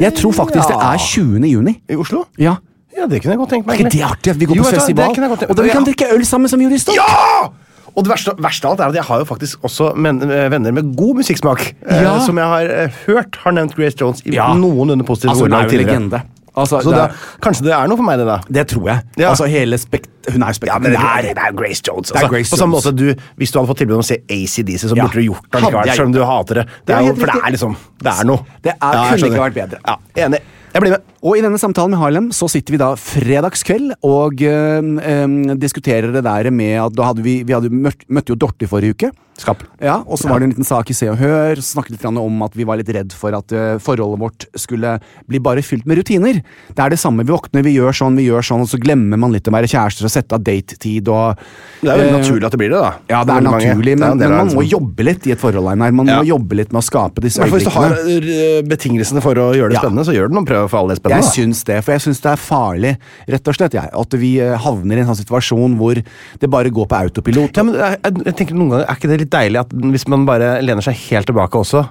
C: Jeg tror faktisk det
B: ja.
C: er 20. juni.
B: I Oslo?
C: Ja.
B: Ja, det kunne jeg godt tenke meg.
C: Er ikke det
B: egentlig.
C: artig? at Vi går
B: Jo,
C: på
B: vet du hva, det
C: festival,
B: kunne jeg godt tenke-
C: og da vi
B: Ja.
C: kan drikke øl sammen som Juri Stopp.
B: Ja! Og det verste, verste av alt er at jeg har jo faktisk også men, eh, venner med god musikksmak. eh,
C: Ja.
B: som jeg har eh, hørt har nevnt Grace Jones i
C: Ja.
B: noenlunde positive
C: Altså, hun er
B: ordelag
C: jo en
B: tidligere.
C: legende. Altså,
B: Så
C: det,
B: da,
C: er,
B: kanskje det er noe for meg, det da.
C: det tror jeg.
B: Ja.
C: Altså, hele spekt... Hun er jo
B: Ja, men det,
C: spektakulær.
B: det er Grace Jones.
C: Det er
B: Altså,
C: Grace
B: på samme
C: Jones.
B: måte du, Hvis du hadde fått tilbud om å se ACDC, så
C: Ja.
B: burde du gjort det
C: Hadde
B: likevel,
C: jeg
B: selv om
C: gjort
B: du hater det.
C: er
B: det, er, jo-
C: helt
B: for det
C: riktig.
B: er liksom Det er noe.
C: Det er-
B: jeg
C: kunne
B: skjønner.
C: ikke vært bedre.
B: Ja, Enig. Jeg blir med.
C: Og i denne samtalen med Harlem så sitter vi da fredagskveld og øhm, øhm, diskuterer det der med at da hadde vi, vi hadde møtt, møtte jo Dorte forrige uke.
B: Skap.
C: Ja, Og så var det en liten sak i Se og Hør. Så snakket litt grann om at vi var litt redd for at øh, forholdet vårt skulle bli bare fylt med rutiner. Det er det samme. Vi våkner, vi gjør sånn, vi gjør sånn, og så glemmer man litt å være kjærester og sette av datetid og
B: Det er jo
C: øh,
B: naturlig at det blir det, da.
C: Ja, det
B: For
C: er
B: mange.
C: naturlig,
B: Det er
C: men,
B: en del
C: men
B: av
C: man
B: en
C: må
B: sånn-
C: jobbe litt i et forhold, Einar. Man
B: Ja.
C: må jobbe litt med å skape disse
B: Men Hvis du har
C: øyeblikkene.
B: eh, betingelser for å gjøre det
C: Ja.
B: spennende, så gjør det noe. Prøv for all del spennende.
C: Jeg
B: da.
C: syns det, for jeg syns det er farlig, rett og slett. Jeg, at vi eh, havner i en sånn situasjon hvor det bare går på autopilot.
B: Ja, men jeg, jeg, jeg tenker noen ganger, Er ikke det litt deilig at hvis man bare lener seg helt tilbake også?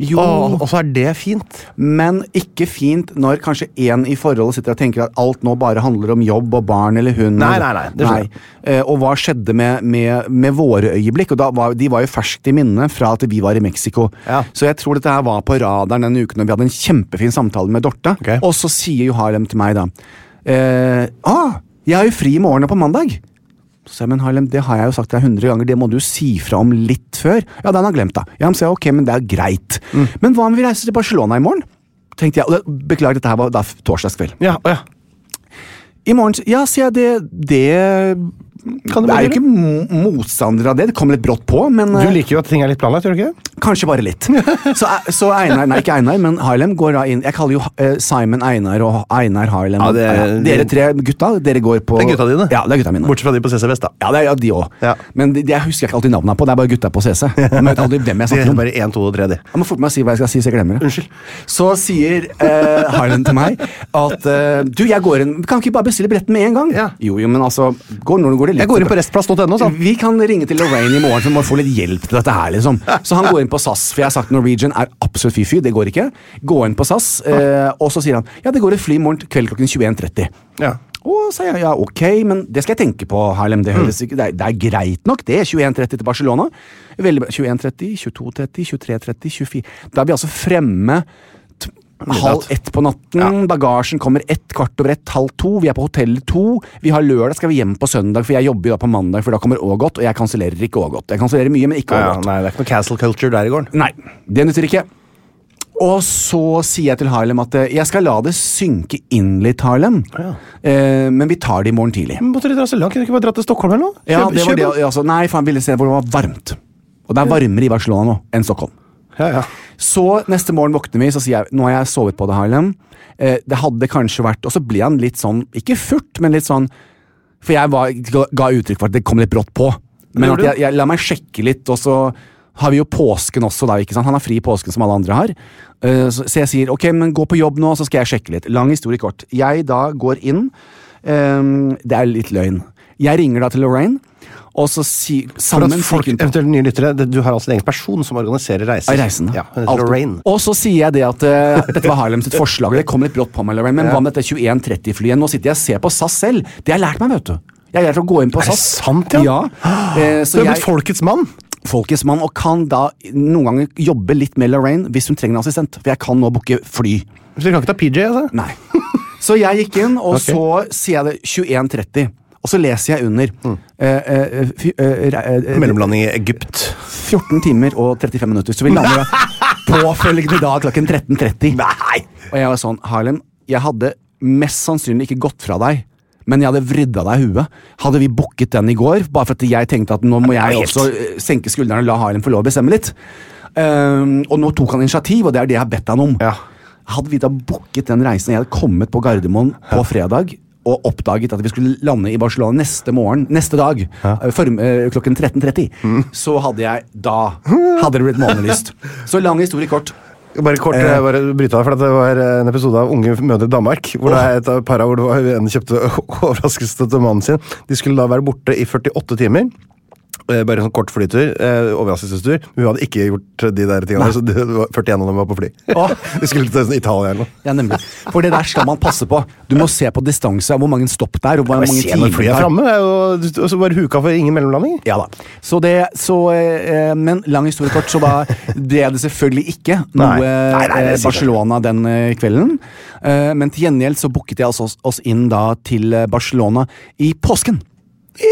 C: Jo.
B: Åh, og så er det fint.
C: Men ikke fint når kanskje én i forholdet sitter og tenker at alt nå bare handler om jobb og barn eller hund.
B: Nei, nei, nei, det skjønner jeg.
C: Eh, Og hva skjedde med, med, med våre øyeblikk? Og da var, de var jo ferskt i minne fra at vi var i Mexico.
B: Ja.
C: Så jeg tror dette her var på radaren denne uken, og vi hadde en kjempefin samtale med Dorte.
B: Ok.
C: Og så sier jo Harlem til meg da eh, ah, jeg har jo fri i morgen og på mandag. Så sa jeg, men Harlem, det har jeg jo sagt til deg 100 ganger, det må du si fra om litt før. Ja, den har glemt da. Ja, men så jeg, ok, men det er greit.
B: Mm.
C: Men hva om vi reiser til Barcelona i morgen? Tenkte jeg, og det- Beklager, dette her var da torsdagskveld.
B: Ja, å ja.
C: I morgen, s- ja, sier jeg, det, det
B: Kan
C: det
B: du
C: er
B: bare
C: jo ikke
B: gjøre?
C: mo- motstander av det, det kom litt brått på, men
B: Du
C: eh,
B: liker jo at ting er litt planlagt, gjør du ikke?
C: Kanskje bare litt. Så, så Einar, nei ikke Einar, men Harlem går da inn Jeg kaller jo eh, Simon Einar og Einar Harlem.
B: Ja, det er-
C: dere tre gutta, dere går på
B: Det er gutta dine.
C: Ja, det er gutta mine.
B: Bortsett fra de på CC Vest, da.
C: Ja, det er ja, de òg.
B: Ja.
C: Men de, de, jeg husker jeg ikke alltid navnene på. Det er bare gutta på
B: (laughs)
C: CC. Jeg vet aldri hvem jeg
B: De
C: snakker
B: er
C: om.
B: bare én, to og tre, de.
C: Jeg må forte meg å si hva jeg skal si, så jeg glemmer det.
B: Unnskyld.
C: Så sier eh, Harlem til meg at eh, Du, jeg går inn Kan ikke bare bestille billetten med en gang?
B: Ja.
C: Jo, jo, men altså går, Når går det litt
B: Jeg går inn på restplass.no, sa han.
C: Vi kan ringe til Lorraine i morgen, for vi må få litt hjelp til dette her, liksom. Så han går inn på SAS, for jeg har sagt Norwegian er absolutt fy-fy, det går ikke. Gå inn på SAS, eh, og så sier han Ja, det går et fly i morgen kveld klokken 21.30.
B: Mm. Ja.
C: Å, sa jeg. Ja, ok, men det skal jeg tenke på, Harlem. Det,
B: Mm.
C: høres ikke, det, er, det er greit nok, det. 21.30 til Barcelona. Veldig bra. 21.30, 22.30, 23.30, 24 Da er vi altså fremme t halv ett på natten. Bagasjen kommer ett, kvart over ett, halv to. Vi er på hotellet to. Vi har lørdag, skal vi hjem på søndag, for jeg jobber jo da på mandag, for da kommer Ågot, og jeg kansellerer ikke Ågot. Jeg kansellerer mye, men ikke
B: Ja, ja,
C: Ågot.
B: nei, det er ikke noe castle culture der i gården.
C: Nei, det nytter ikke. Og så sier jeg til Harlem at eh, jeg skal la det synke inn litt, Harlem.
B: Ja.
C: Eh, men vi tar det i morgen tidlig.
B: Men Måtte de dra så langt? Kunne du ikke bare dratt til Stockholm eller noe?
C: Ja,
B: Kjøp-
C: det var
B: kjøp
C: det,
B: en-
C: altså, nei, for han ville se hvor det var varmt. Og det er varmere i Barcelona nå enn Stockholm.
B: Ja, ja.
C: Så neste morgen våkner vi, så sier jeg nå har jeg sovet på det, Harlem. Eh, det hadde kanskje vært Og så ble han litt sånn, ikke furt, men litt sånn For jeg var, ga, ga uttrykk for at det kom litt brått på. Men
B: Gjorde
C: at
B: du?
C: jeg, jeg la meg sjekke litt, og så har vi jo påsken også, da. ikke sant? Han har fri i påsken som alle andre har. Eh, så, så jeg sier ok, men gå på jobb nå, så skal jeg sjekke litt. Lang historie kort. Jeg da går inn. eh, det er litt løgn. Jeg ringer da til Lorraine, og så sier
B: For
C: sammen
B: at folk,
C: fikk hun på-
B: eventuelt nye lyttere, det- du har altså din egen person som organiserer reiser.
C: ja, reisen.
B: Ja, hun heter
C: Alltid.
B: Lorraine.
C: Og så sier jeg det at eh, dette var Harlem sitt forslag, og det kom litt brått på meg, Lorraine, men hva med dette 2130-flyet? Nå sitter jeg og ser på SAS selv. Det har jeg lært meg, vet du. Jeg har lært å gå inn på
B: Er det
C: SAS.
B: sant, ja?
C: Eh,
B: Du
C: så
B: er blitt
C: jeg,
B: folkets mann!
C: folkets mann, og kan da noen ganger jobbe litt med Lorraine hvis hun trenger en assistent, for jeg kan nå booke fly.
B: Så du kan ikke ta PJ, altså? (laughs)
C: Nei. Så jeg gikk inn, og
B: Ok.
C: så sier jeg det 2130. Og så leser jeg under.
B: Mm.
C: Eh, eh, fy- eh, re- eh, eh,
B: Mellomlanding i Egypt.
C: 14 timer og 35 minutter. Så vi lander
B: (laughs)
C: da påfølgende dag klokken 13.30.
B: Nei!
C: Og jeg var sånn, Harlem, jeg hadde mest sannsynlig ikke gått fra deg. Men jeg hadde vridd av deg huet. Hadde vi booket den i går, bare for at jeg tenkte at nå må jeg
B: helt-
C: også eh, senke skuldrene og la Harlem få lov å bestemme litt. Ehm, og nå tok han initiativ, og det er det jeg har bedt han om.
B: Ja.
C: Hadde vi da booket den reisen jeg hadde kommet på Gardermoen på fredag, og oppdaget at vi skulle lande i Barcelona neste morgen, neste dag, eh, form, eh, klokken
B: Mm.
C: 13.30, så hadde jeg da Hadde det blitt månelyst. Så lang historie kort.
B: Bare kort, eh, bare bryte av, for at det var eh, en episode av Unge mødre Danmark. Hvor det er et av para hvor det var en kjøpte (laughs) overraskelse til mannen sin. De skulle da være borte i 48 timer. Eh, Bare en sånn kort flytur. eh, Overraskelsestur. Hun hadde ikke gjort de der tingene. Så det var 41 av dem var på fly. (laughs) De skulle til sånn Italia eller noe.
C: Ja, nemlig. For det der skal man passe på. Du må se på distanse, hvor mange stopp det er. og hvor
B: Bare
C: mange
B: se når
C: timer
B: flyet
C: det
B: er
C: er.
B: framme, og og så bare huka for ingen mellomlanding.
C: Ja da. Så det, så, eh, eh, men lang historie kort, så da ble det selvfølgelig ikke noe
B: (laughs) Nei. Nei, nei, det
C: eh,
B: sier
C: Barcelona den eh, kvelden. Eh, Men til gjengjeld så booket jeg altså oss- oss inn da til eh, Barcelona i påsken.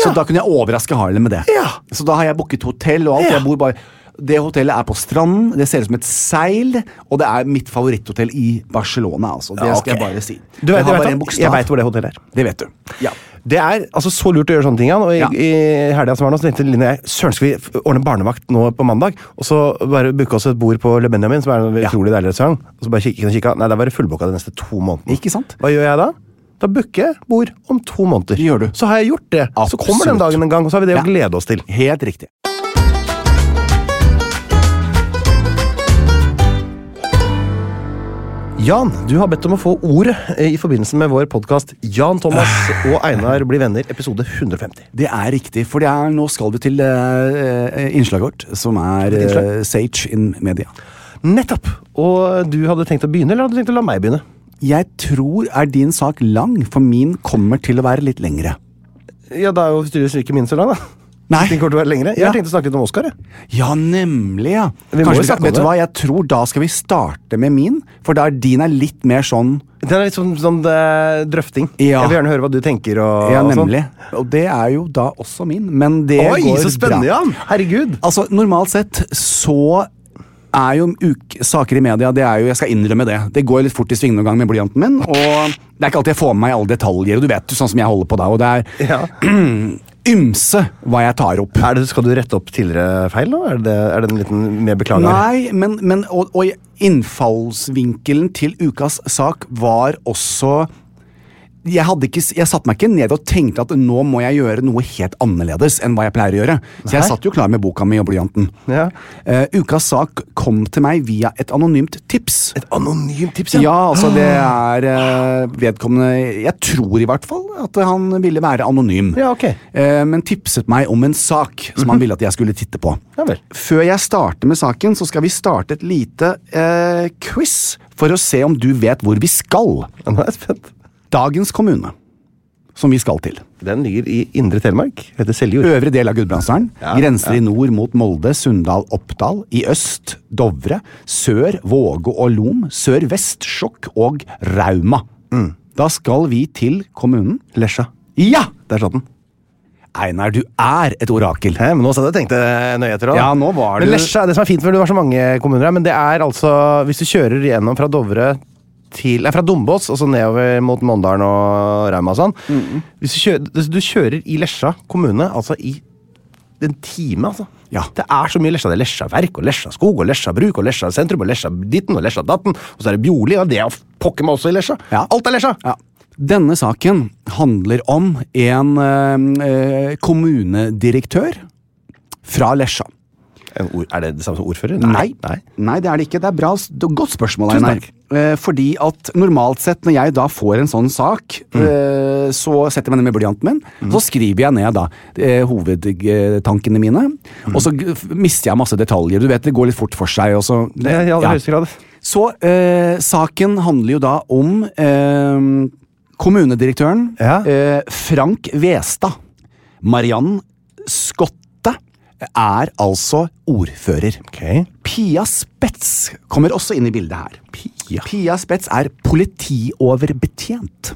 C: Så da kunne jeg overraske Harlem med det.
B: Ja.
C: Så da har jeg booket hotell og alt. Jeg bor bare det hotellet er på stranden, det ser ut som et seil, og det er mitt favoritthotell i Barcelona. altså. Det
B: Ja,
C: skal
B: ok.
C: jeg bare si. jeg
B: Du vet,
C: har
B: jeg,
C: bare en
B: vet, at-
C: bokstav.
B: jeg vet hvor det hotellet er.
C: Det vet du. Ja.
B: Det er altså så lurt å gjøre sånne ting. Jan, Og i,
C: Ja.
B: i helga som var nå, så tenkte Line og jeg søren skal vi f- ordne barnevakt nå på mandag. Og så bare booke oss et bord på Le Benjamin, som er en
C: Ja.
B: utrolig deilig restaurant. Og så bare kikke, kikke. Nei, der var det fullbooka de neste to månedene.
C: Ikke sant?
B: Hva gjør jeg da? Da booker jeg bord om to måneder.
C: Det gjør du.
B: Så har jeg gjort det. Så kommer den
C: Absolutt.
B: dagen en gang, og så har vi det å
C: Ja.
B: glede oss til.
C: Helt riktig.
B: Jan, du har bedt om å få ordet eh, i forbindelse med vår podkast Jan Thomas og Einar blir venner, episode 150.
C: Det er riktig, for det er, nå skal vi til eh, eh, innslaget vårt, som er
B: Et innslag?
C: eh, Sage in Media.
B: Nettopp! Og du hadde tenkt å begynne, eller hadde du tenkt å la meg begynne?
C: Jeg tror er din sak lang, for min kommer til å være litt lengre.
B: Ja, da er jo styret ikke min så lang, da. (laughs)
C: Nei.
B: Den kommer til å være lengre. Jeg har
C: Ja.
B: tenkt å snakke litt om Oscar. jeg.
C: Ja, nemlig, ja.
B: Vi må jo
C: Kanskje vi
B: snakke om
C: skal, vet du
B: det.
C: hva, jeg tror da skal vi starte med min, for da er din er litt mer sånn
B: Den er litt sånn, sånn eh, drøfting.
C: Ja.
B: Jeg vil gjerne høre hva du tenker. og,
C: Ja,
B: og sånn.
C: nemlig. Og det er jo da også min, men det
B: Oi,
C: går
B: så spennende,
C: bra.
B: Jan! Herregud.
C: Altså, normalt sett så er jo uke, saker i media det er jo, Jeg skal innrømme det. Det går litt fort i svingene noen gang med blyanten min. Og det er ikke alltid jeg får med meg alle detaljer, og du vet jo sånn som jeg holder på da. Og det er
B: Ja.
C: ymse hva jeg tar opp.
B: Er det, skal du rette opp tidligere feil nå? Er det, er det en liten mer beklager?
C: Nei, men, men og, og innfallsvinkelen til ukas sak var også jeg, hadde ikke, s- jeg satte meg ikke ned og tenkte at nå må jeg gjøre noe helt annerledes enn hva jeg pleier å gjøre. Så jeg
B: Nei.
C: satt jo klar med boka mi og blyanten.
B: Ja.
C: Eh, ukas sak kom til meg via et anonymt tips.
B: Et anonymt tips,
C: Ja, altså det
B: Ah.
C: er eh, vedkommende Jeg tror i hvert fall at han ville være anonym.
B: Ja, ok.
C: Eh, men tipset meg om en sak som han ville at jeg skulle titte på.
B: Ja vel.
C: Før jeg starter med saken, så skal vi starte et lite eh, quiz for å se om du vet hvor vi skal.
B: Ja, Nå er jeg spent.
C: Dagens kommune, som vi skal til.
B: Den ligger i Indre Telemark. Heter Seljord.
C: Øvre del av Gudbrandsdalen. grenser i nord mot Molde, Sunndal, Oppdal. I øst Dovre. Sør Vågå og Lom. Sør-vest Skjokk og Rauma. Da skal vi til kommunen.
B: Lesja.
C: Ja!
B: Der satt den.
C: Einar, du er et orakel.
B: Hæ, Eh, men nå satt jeg og tenkte eh, nøye etter.
C: Ja, nå var
B: Men
C: du-
B: Lesja, det som er fint med det var så mange kommuner her, men det er altså Hvis du kjører gjennom fra Dovre til Nei, fra Dombås og så nedover mot Mondalen og Rauma og sånn.
C: Mm.
B: Hvis du kjører, hvis du kjører i Lesja kommune, altså i en time, altså.
C: Ja.
B: Det er så mye Lesja. Det er Lesja verk og Lesja skog og Lesja bruk og Lesja sentrum og Lesja ditten og Lesja datten. Og så er det Bjorli, og det er pokker meg også i Lesja.
C: Ja.
B: Alt er Lesja!
C: Ja. Denne saken handler om en eh, eh, kommunedirektør fra Lesja.
B: En ord- Er det det samme som ordfører?
C: Nei. Nei. det er det ikke. Det er bra, s- det er godt spørsmål,
B: Tusen
C: Einar.
B: takk.
C: Eh, fordi at normalt sett, når jeg da får en sånn sak,
B: Mm.
C: eh, så setter jeg meg ned med blyanten min, så skriver jeg ned da eh, hovedtankene mine,
B: Mm.
C: og så g- f- mister jeg masse detaljer. Du vet, det går litt fort for seg, og så
B: Det er I aller høyeste grad.
C: Så eh, saken handler jo da om eh, kommunedirektøren
B: Ja.
C: eh, Frank Westad. Mariann Skotte er altså ordfører.
B: Ok.
C: Pia Spetz kommer også inn i bildet her. Pia, Spetz er politioverbetjent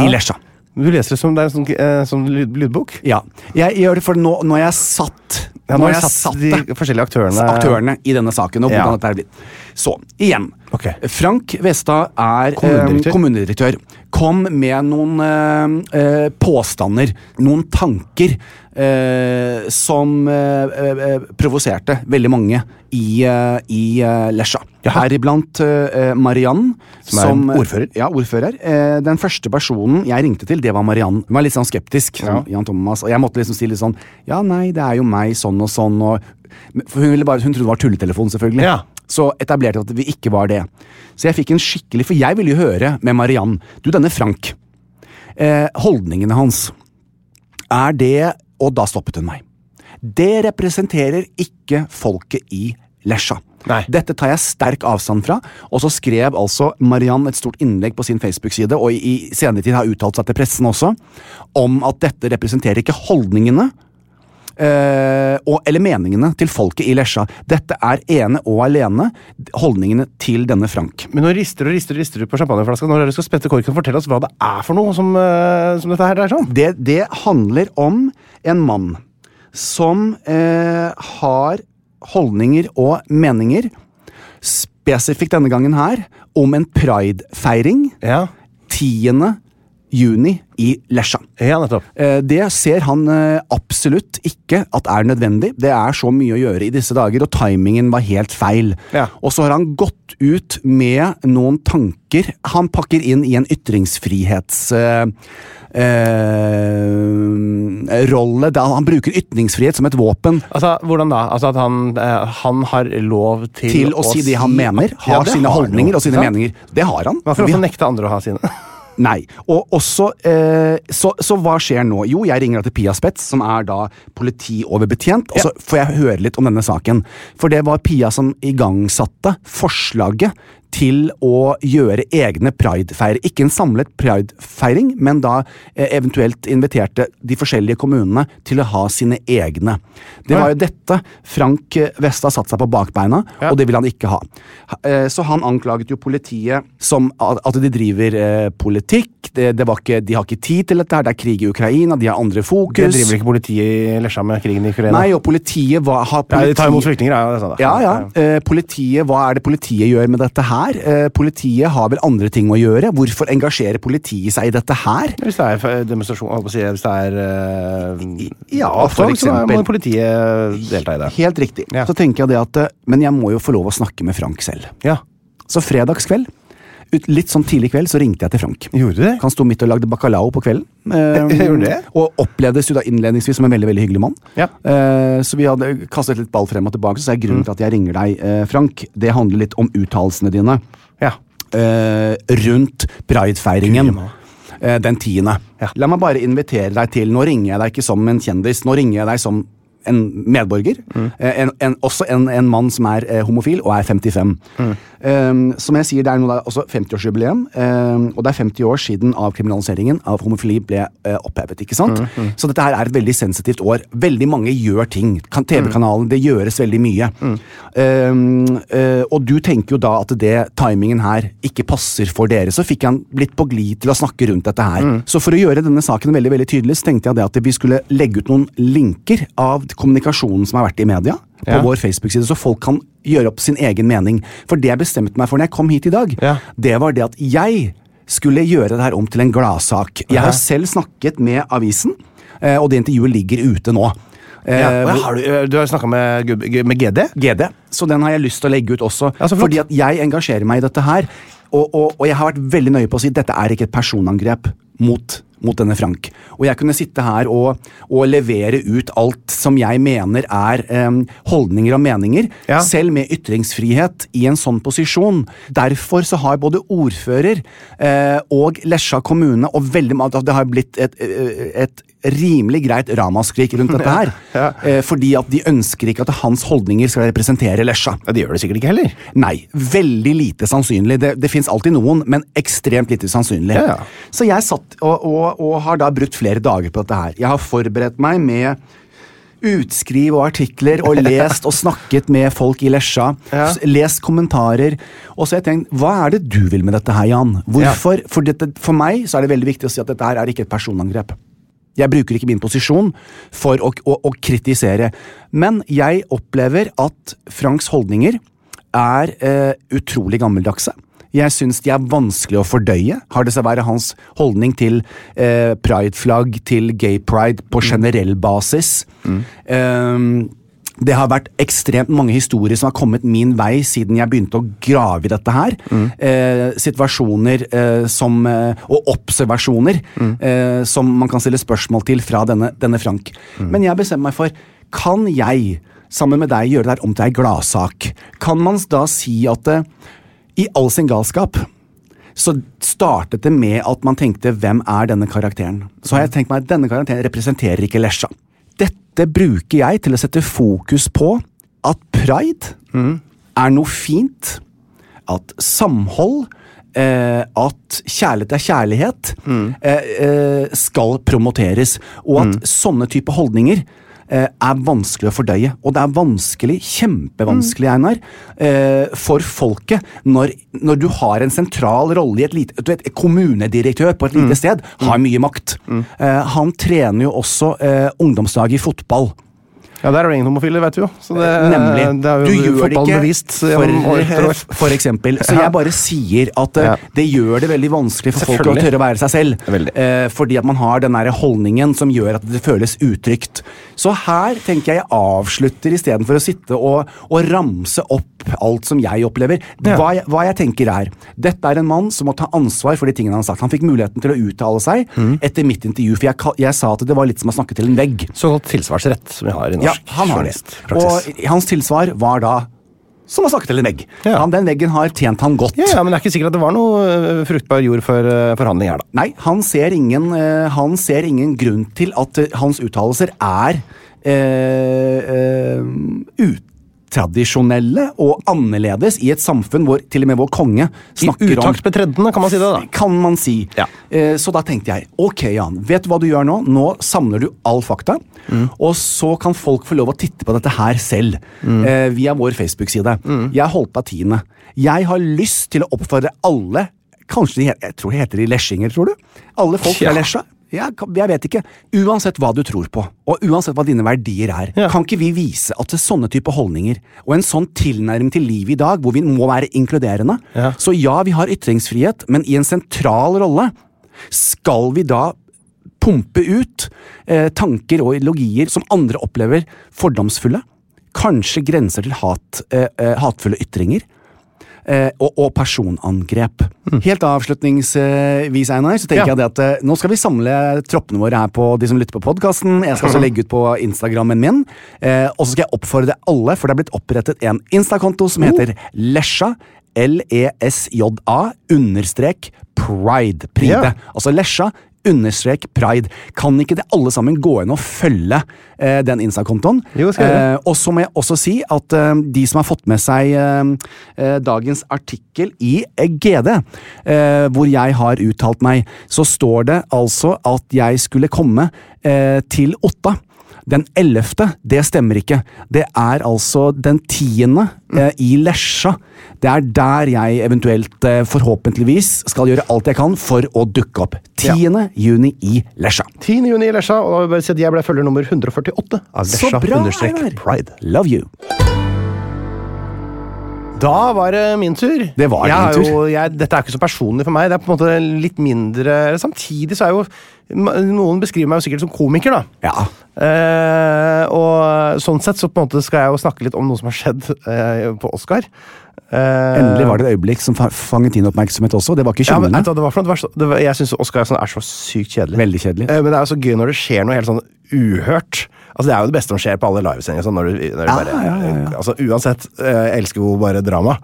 C: i Lesja.
B: Du leser det som det er en sånn, eh, sånn lyd, lydbok?
C: Ja. Jeg gjør det for nå, nå er jeg satt.
B: Ja,
C: nå
B: nå
C: har
B: har
C: jeg
B: satt
C: satt
B: de
C: det.
B: forskjellige aktørene
C: aktørene i denne saken. og
B: Ja.
C: hvordan dette er blitt. Så, igjen.
B: Ok.
C: Frank Westad er kommunedirektør.
B: Kommunedirektør.
C: kommunedirektør. Kom med noen eh, eh, påstander, noen tanker, eh, som eh, eh, provoserte veldig mange i, eh, i eh, Lesja. Heriblant eh, Mariann.
B: Som er ordfører.
C: Ja, ordfører. Eh, den første personen jeg ringte til, det var Mariann. Hun var litt sånn skeptisk. Sånn, Jan Thomas, og jeg måtte liksom si litt sånn Ja, nei, det er jo meg, sånn og sånn. Og Men- For hun, ville bare, hun trodde det var tulletelefon, selvfølgelig.
B: Ja.
C: Så etablerte jeg at vi ikke var det. Så jeg fikk en skikkelig For jeg ville jo høre med Mariann. Du, denne Frank. Eh, holdningene hans. Er det Og da stoppet hun meg. Det representerer ikke folket i Lesja.
B: Nei.
C: Dette tar jeg sterk avstand fra, og så skrev altså Mariann et stort innlegg på sin Facebook-side, og i i senere tid har uttalt seg til pressen også, om at dette representerer ikke holdningene eh, og, eller meningene til folket i Lesja. Dette er ene og alene holdningene til denne Frank.
B: Men nå rister og rister og rister du på champagneflaska. Når er det du skal spette korken, fortell oss hva det er for noe som, eh, som dette her dreier seg om.
C: Det, det handler om en mann som eh, har holdninger og meninger, spesifikt denne gangen her, om en pridefeiring
B: Ja,
C: 10. juni i Lesja.
B: ja nettopp.
C: Eh, Det ser han eh, absolutt ikke at er nødvendig. Det er så mye å gjøre i disse dager, og timingen var helt feil.
B: Ja.
C: Og så har han gått ut med noen tanker han pakker inn i en ytringsfrihets... Eh, eh, rolle der han bruker ytringsfrihet som et våpen
B: Altså, Hvordan da? Altså At han, eh, han har lov til,
C: til å si det han mener.
B: Ja,
C: Har
B: det
C: sine
B: har han
C: holdninger
B: jo,
C: og sine
B: ikke sant?
C: meninger. Det har han.
B: Hvorfor
C: Vi-
B: også nekte andre å ha sine?
C: Nei. Og også, eh, så, så hva skjer nå? Jo, jeg ringer da til Pia Spetz, som er da politioverbetjent, og så får jeg høre litt om denne saken. For det var Pia som igangsatte forslaget til å gjøre egne pridefeirer. Ikke en samlet pridefeiring, men da eh, eventuelt inviterte de forskjellige kommunene til å ha sine egne. Det var jo dette Frank eh, Vesta satte seg på bakbeina, og det ville han ikke ha. Ha- eh, Så han anklaget jo politiet som at at de driver eh, politikk. Det, det var ikke, de har ikke tid til dette, her, det er krig i Ukraina, de har andre fokus.
B: Det driver ikke politiet i Lesja med krigen i Ukraina?
C: Nei, og politiet hva har
B: Nei, de tar imot
C: politi-
B: flyktninger, ja. Det er sant, da.
C: ja, ja. Eh, politiet, Hva er det politiet gjør med dette her? Eh, politiet har vel andre ting å gjøre? Hvorfor engasjerer politiet seg i dette her?
B: Hvis det er eh, demonstrasjon, holdt på å si, hvis det er eh,
C: Ja, for
B: opptog, så må
C: eksempel.
B: politiet delta i det.
C: Helt riktig.
B: Ja.
C: Så tenker jeg det at eh, Men jeg må jo få lov å snakke med Frank selv.
B: Ja.
C: Så fredagskveld, ut, litt sånn tidlig kveld, så ringte jeg til Frank.
B: Gjorde du det?
C: Han sto midt og lagde bacalao på kvelden. eh,
B: (laughs) Gjorde du det?
C: Og opplevdes jo da innledningsvis som en veldig veldig hyggelig mann.
B: Ja. Mm.
C: Eh, så vi hadde kastet litt ball frem og tilbake, så sa jeg grunnen til at jeg ringer deg, eh, Frank. Det handler litt om uttalelsene dine
B: Ja.
C: eh, rundt pridefeiringen. eh, den tiende.
B: Ja.
C: La meg bare invitere deg til Nå ringer jeg deg ikke som en kjendis, nå ringer jeg deg som en medborger. eh, En, en, også en, en mann som er eh, homofil og er 55. Eh, som jeg sier, Det er nå da også 50-årsjubileum, eh, og det er 50 år siden avkriminaliseringen av homofili ble eh, opphevet. ikke sant?
B: Mm,
C: Så dette her er et veldig sensitivt år. Veldig mange gjør ting.
B: Mm.
C: Kan- TV-kanalen, det gjøres veldig mye. Eh, eh, og du tenker jo da at det timingen her ikke passer for dere. Så fikk han blitt på glid til å snakke rundt dette her.
B: Mm.
C: Så for å gjøre denne saken veldig veldig tydelig, så tenkte jeg det at vi skulle legge ut noen linker av kommunikasjonen som har vært i media. På
B: Ja.
C: vår Facebook-side, så folk kan gjøre opp sin egen mening. For det jeg bestemte meg for når jeg kom hit i dag,
B: Ja.
C: det var det at jeg skulle gjøre det her om til en gladsak. Jeg har selv snakket med avisen, eh, og det intervjuet ligger ute nå. Eh,
B: ja. Og
C: hvor-
B: har du, eh, du har snakka med, Gub- med GD?
C: GD. Så den har jeg lyst til å legge ut også.
B: Ja, så flott.
C: fordi at jeg engasjerer meg i dette her. Og, og, og jeg har vært veldig nøye på å si at dette er ikke et personangrep mot, mot denne Frank. Og jeg kunne sitte her og, og levere ut alt som jeg mener er em, holdninger og meninger,
B: Ja.
C: selv med ytringsfrihet, i en sånn posisjon. Derfor så har både ordfører eh, og Lesja kommune og veldig ma- altså, Det har blitt et, eh, et rimelig greit ramaskrik rundt dette
B: (laughs)
C: her. Eh, fordi at de ønsker ikke at hans holdninger skal representere Lesja.
B: Ja, De gjør det sikkert ikke heller.
C: Nei, veldig lite sannsynlig. Det, det fins alltid noen, men ekstremt lite sannsynlig.
B: Ja, ja.
C: Så jeg satt og, og, og har da brukt flere dager på dette her. Jeg har forberedt meg med utskriv og artikler, og lest og snakket med folk i Lesja.
B: Ja.
C: s- Lest kommentarer. Og så har jeg tenkt, hva er det du vil med dette her, Jan? Hvorfor? For, dette, for meg så er det veldig viktig å si at dette her er ikke et personangrep. Jeg bruker ikke min posisjon for å, å, å kritisere. Men jeg opplever at Franks holdninger er eh, utrolig gammeldagse. Jeg syns de er vanskelig å fordøye. Har det seg være hans holdning til eh, prideflagg, til gay pride på generell basis. Eh, det har vært ekstremt mange historier som har kommet min vei siden jeg begynte å grave i dette her. Eh, situasjoner eh, som, eh, og observasjoner eh, som man kan stille spørsmål til fra denne, denne Frank. Men jeg bestemmer meg for kan jeg sammen med deg gjøre det her om til ei gladsak, kan man da si at eh, i all sin galskap så startet det med at man tenkte 'hvem er denne karakteren'? Så har jeg tenkt meg at denne karakteren representerer ikke Lesja. Dette bruker jeg til å sette fokus på at pride er noe fint. At samhold, eh, at kjærlighet er kjærlighet, eh, eh, skal promoteres. Og at sånne type holdninger eh, er vanskelig å fordøye. Og det er vanskelig, kjempevanskelig, Einar, eh, for folket når, når du har en sentral rolle i et lite du vet, Kommunedirektør på et lite sted har mye makt. Eh, han trener jo også eh, ungdomslaget i fotball.
B: Ja, der er det ingen homofile, vet du jo. Så det,
C: Eh, Nemlig.
B: eh, det er jo
C: du gjør det
B: fotballen
C: ikke
B: bevist gjennom år etter
C: for, eh,
B: år.
C: for eksempel.
B: (laughs)
C: Så jeg bare sier at eh,
B: Ja.
C: det gjør det veldig vanskelig for folk å
B: Selvfølgelig.
C: tørre å være seg selv.
B: Veldig.
C: Eh, fordi at man har den der holdningen som gjør at det føles utrygt. Så her tenker jeg jeg avslutter istedenfor å sitte og, og ramse opp alt som jeg opplever.
B: Ja.
C: Hva, jeg, hva jeg tenker er Dette er en mann som må ta ansvar for de tingene han har sagt. Han fikk muligheten til å uttale seg
B: Mm.
C: etter mitt intervju, for jeg, ka- jeg sa at det var litt som å snakke til en vegg.
B: Såkalt tilsvarsrett, som vi har i
C: Ja,
B: norsk
C: han har det.
B: journalistpraksis.
C: Og hans tilsvar var da som å snakke til en vegg.
B: Ja.
C: Han, den veggen har tjent han godt.
B: Ja, ja, men det er ikke sikkert at det var noe eh, fruktbar jord for eh, forhandling her, da.
C: Nei, han ser, ingen, eh, han ser ingen grunn til at eh, hans uttalelser er eh, eh, utradisjonelle og annerledes i et samfunn hvor til og med vår konge snakker
B: I
C: om
B: utakt med treddene, kan man si det, da.
C: kan man si.
B: Ja.
C: Eh, så da tenkte jeg ok, Jan, vet du hva du gjør nå? Nå samler du all fakta,
B: Mm.
C: og så kan folk få lov å titte på dette her selv.
B: Mm.
C: Eh, via vår Facebook-side. Jeg holdt på tiende. Jeg har lyst til å oppfordre alle Kanskje de heter, jeg tror de heter de lesjinger, tror du? Alle folk fra
B: Ja.
C: Lesja? Jeg, kan- jeg vet ikke. Uansett hva du tror på, og uansett hva dine verdier er,
B: Ja.
C: kan ikke vi vise at det er sånne type holdninger og en sånn tilnærming til livet i dag, hvor vi må være inkluderende
B: Ja.
C: Så ja, vi har ytringsfrihet, men i en sentral rolle skal vi da pumpe ut eh, tanker og ideologier som andre opplever fordomsfulle. Kanskje grenser til hat, eh, eh, hatefulle ytringer. Eh, og, og personangrep. Helt avslutningsvis, Einar, så tenker
B: Mm. Ja.
C: jeg det at eh, nå skal vi samle troppene våre her på de som lytter på podkasten. Jeg skal også legge ut på Instagrammen min. Eh, og så skal jeg oppfordre alle, for det er blitt opprettet en Insta-konto som heter Lesja. E L-E-S-J-A understrek pride. Pride.
B: Ja.
C: Altså Lesja understrek pride. Kan ikke det alle sammen gå inn og følge eh, den Insta-kontoen?
B: Jo, skal jeg gjøre.
C: Eh, og så må jeg også si at eh, de som har fått med seg eh, eh, dagens artikkel i eh, GD, eh, hvor jeg har uttalt meg, så står det altså at jeg skulle komme eh, til Otta. Den ellevte, det stemmer ikke. Det er altså den tiende eh, i Lesja. Det er der jeg eventuelt, eh, forhåpentligvis, skal gjøre alt jeg kan for å dukke opp. 10. juni i Lesja.
B: 10. juni i Lesja, og da vil jeg bare si at jeg ble følger nummer 148 av
C: Så
B: Lesja
C: bra,
B: understrek
C: Einar.
B: pride.
C: Love you.
B: Da var det min tur.
C: Det var
B: jeg
C: din
B: har
C: tur.
B: Jo, jeg, dette er ikke så personlig for meg. Det er på en måte litt mindre Samtidig så er jo Noen beskriver meg jo sikkert som komiker, da.
C: Ja.
B: Eh, og sånn sett så på en måte skal jeg jo snakke litt om noe som har skjedd eh, på Oscar. Eh,
C: Endelig var det et øyeblikk som fa- fanget din oppmerksomhet også. Det var ikke
B: ja, men,
C: kjolene.
B: vet du hva det var for noe, det var så, det var, Jeg syns Oscar sånn er så sykt kjedelig.
C: Veldig kjedelig.
B: Eh, men det er jo så gøy når det skjer noe helt sånn uhørt. Altså Det er jo det beste som skjer på alle livesendinger. Sånn, når du, når
C: Ah,
B: du
C: Ja,
B: bare,
C: ja, ja, ja.
B: Altså Uansett, eh, jeg elsker jo bare drama.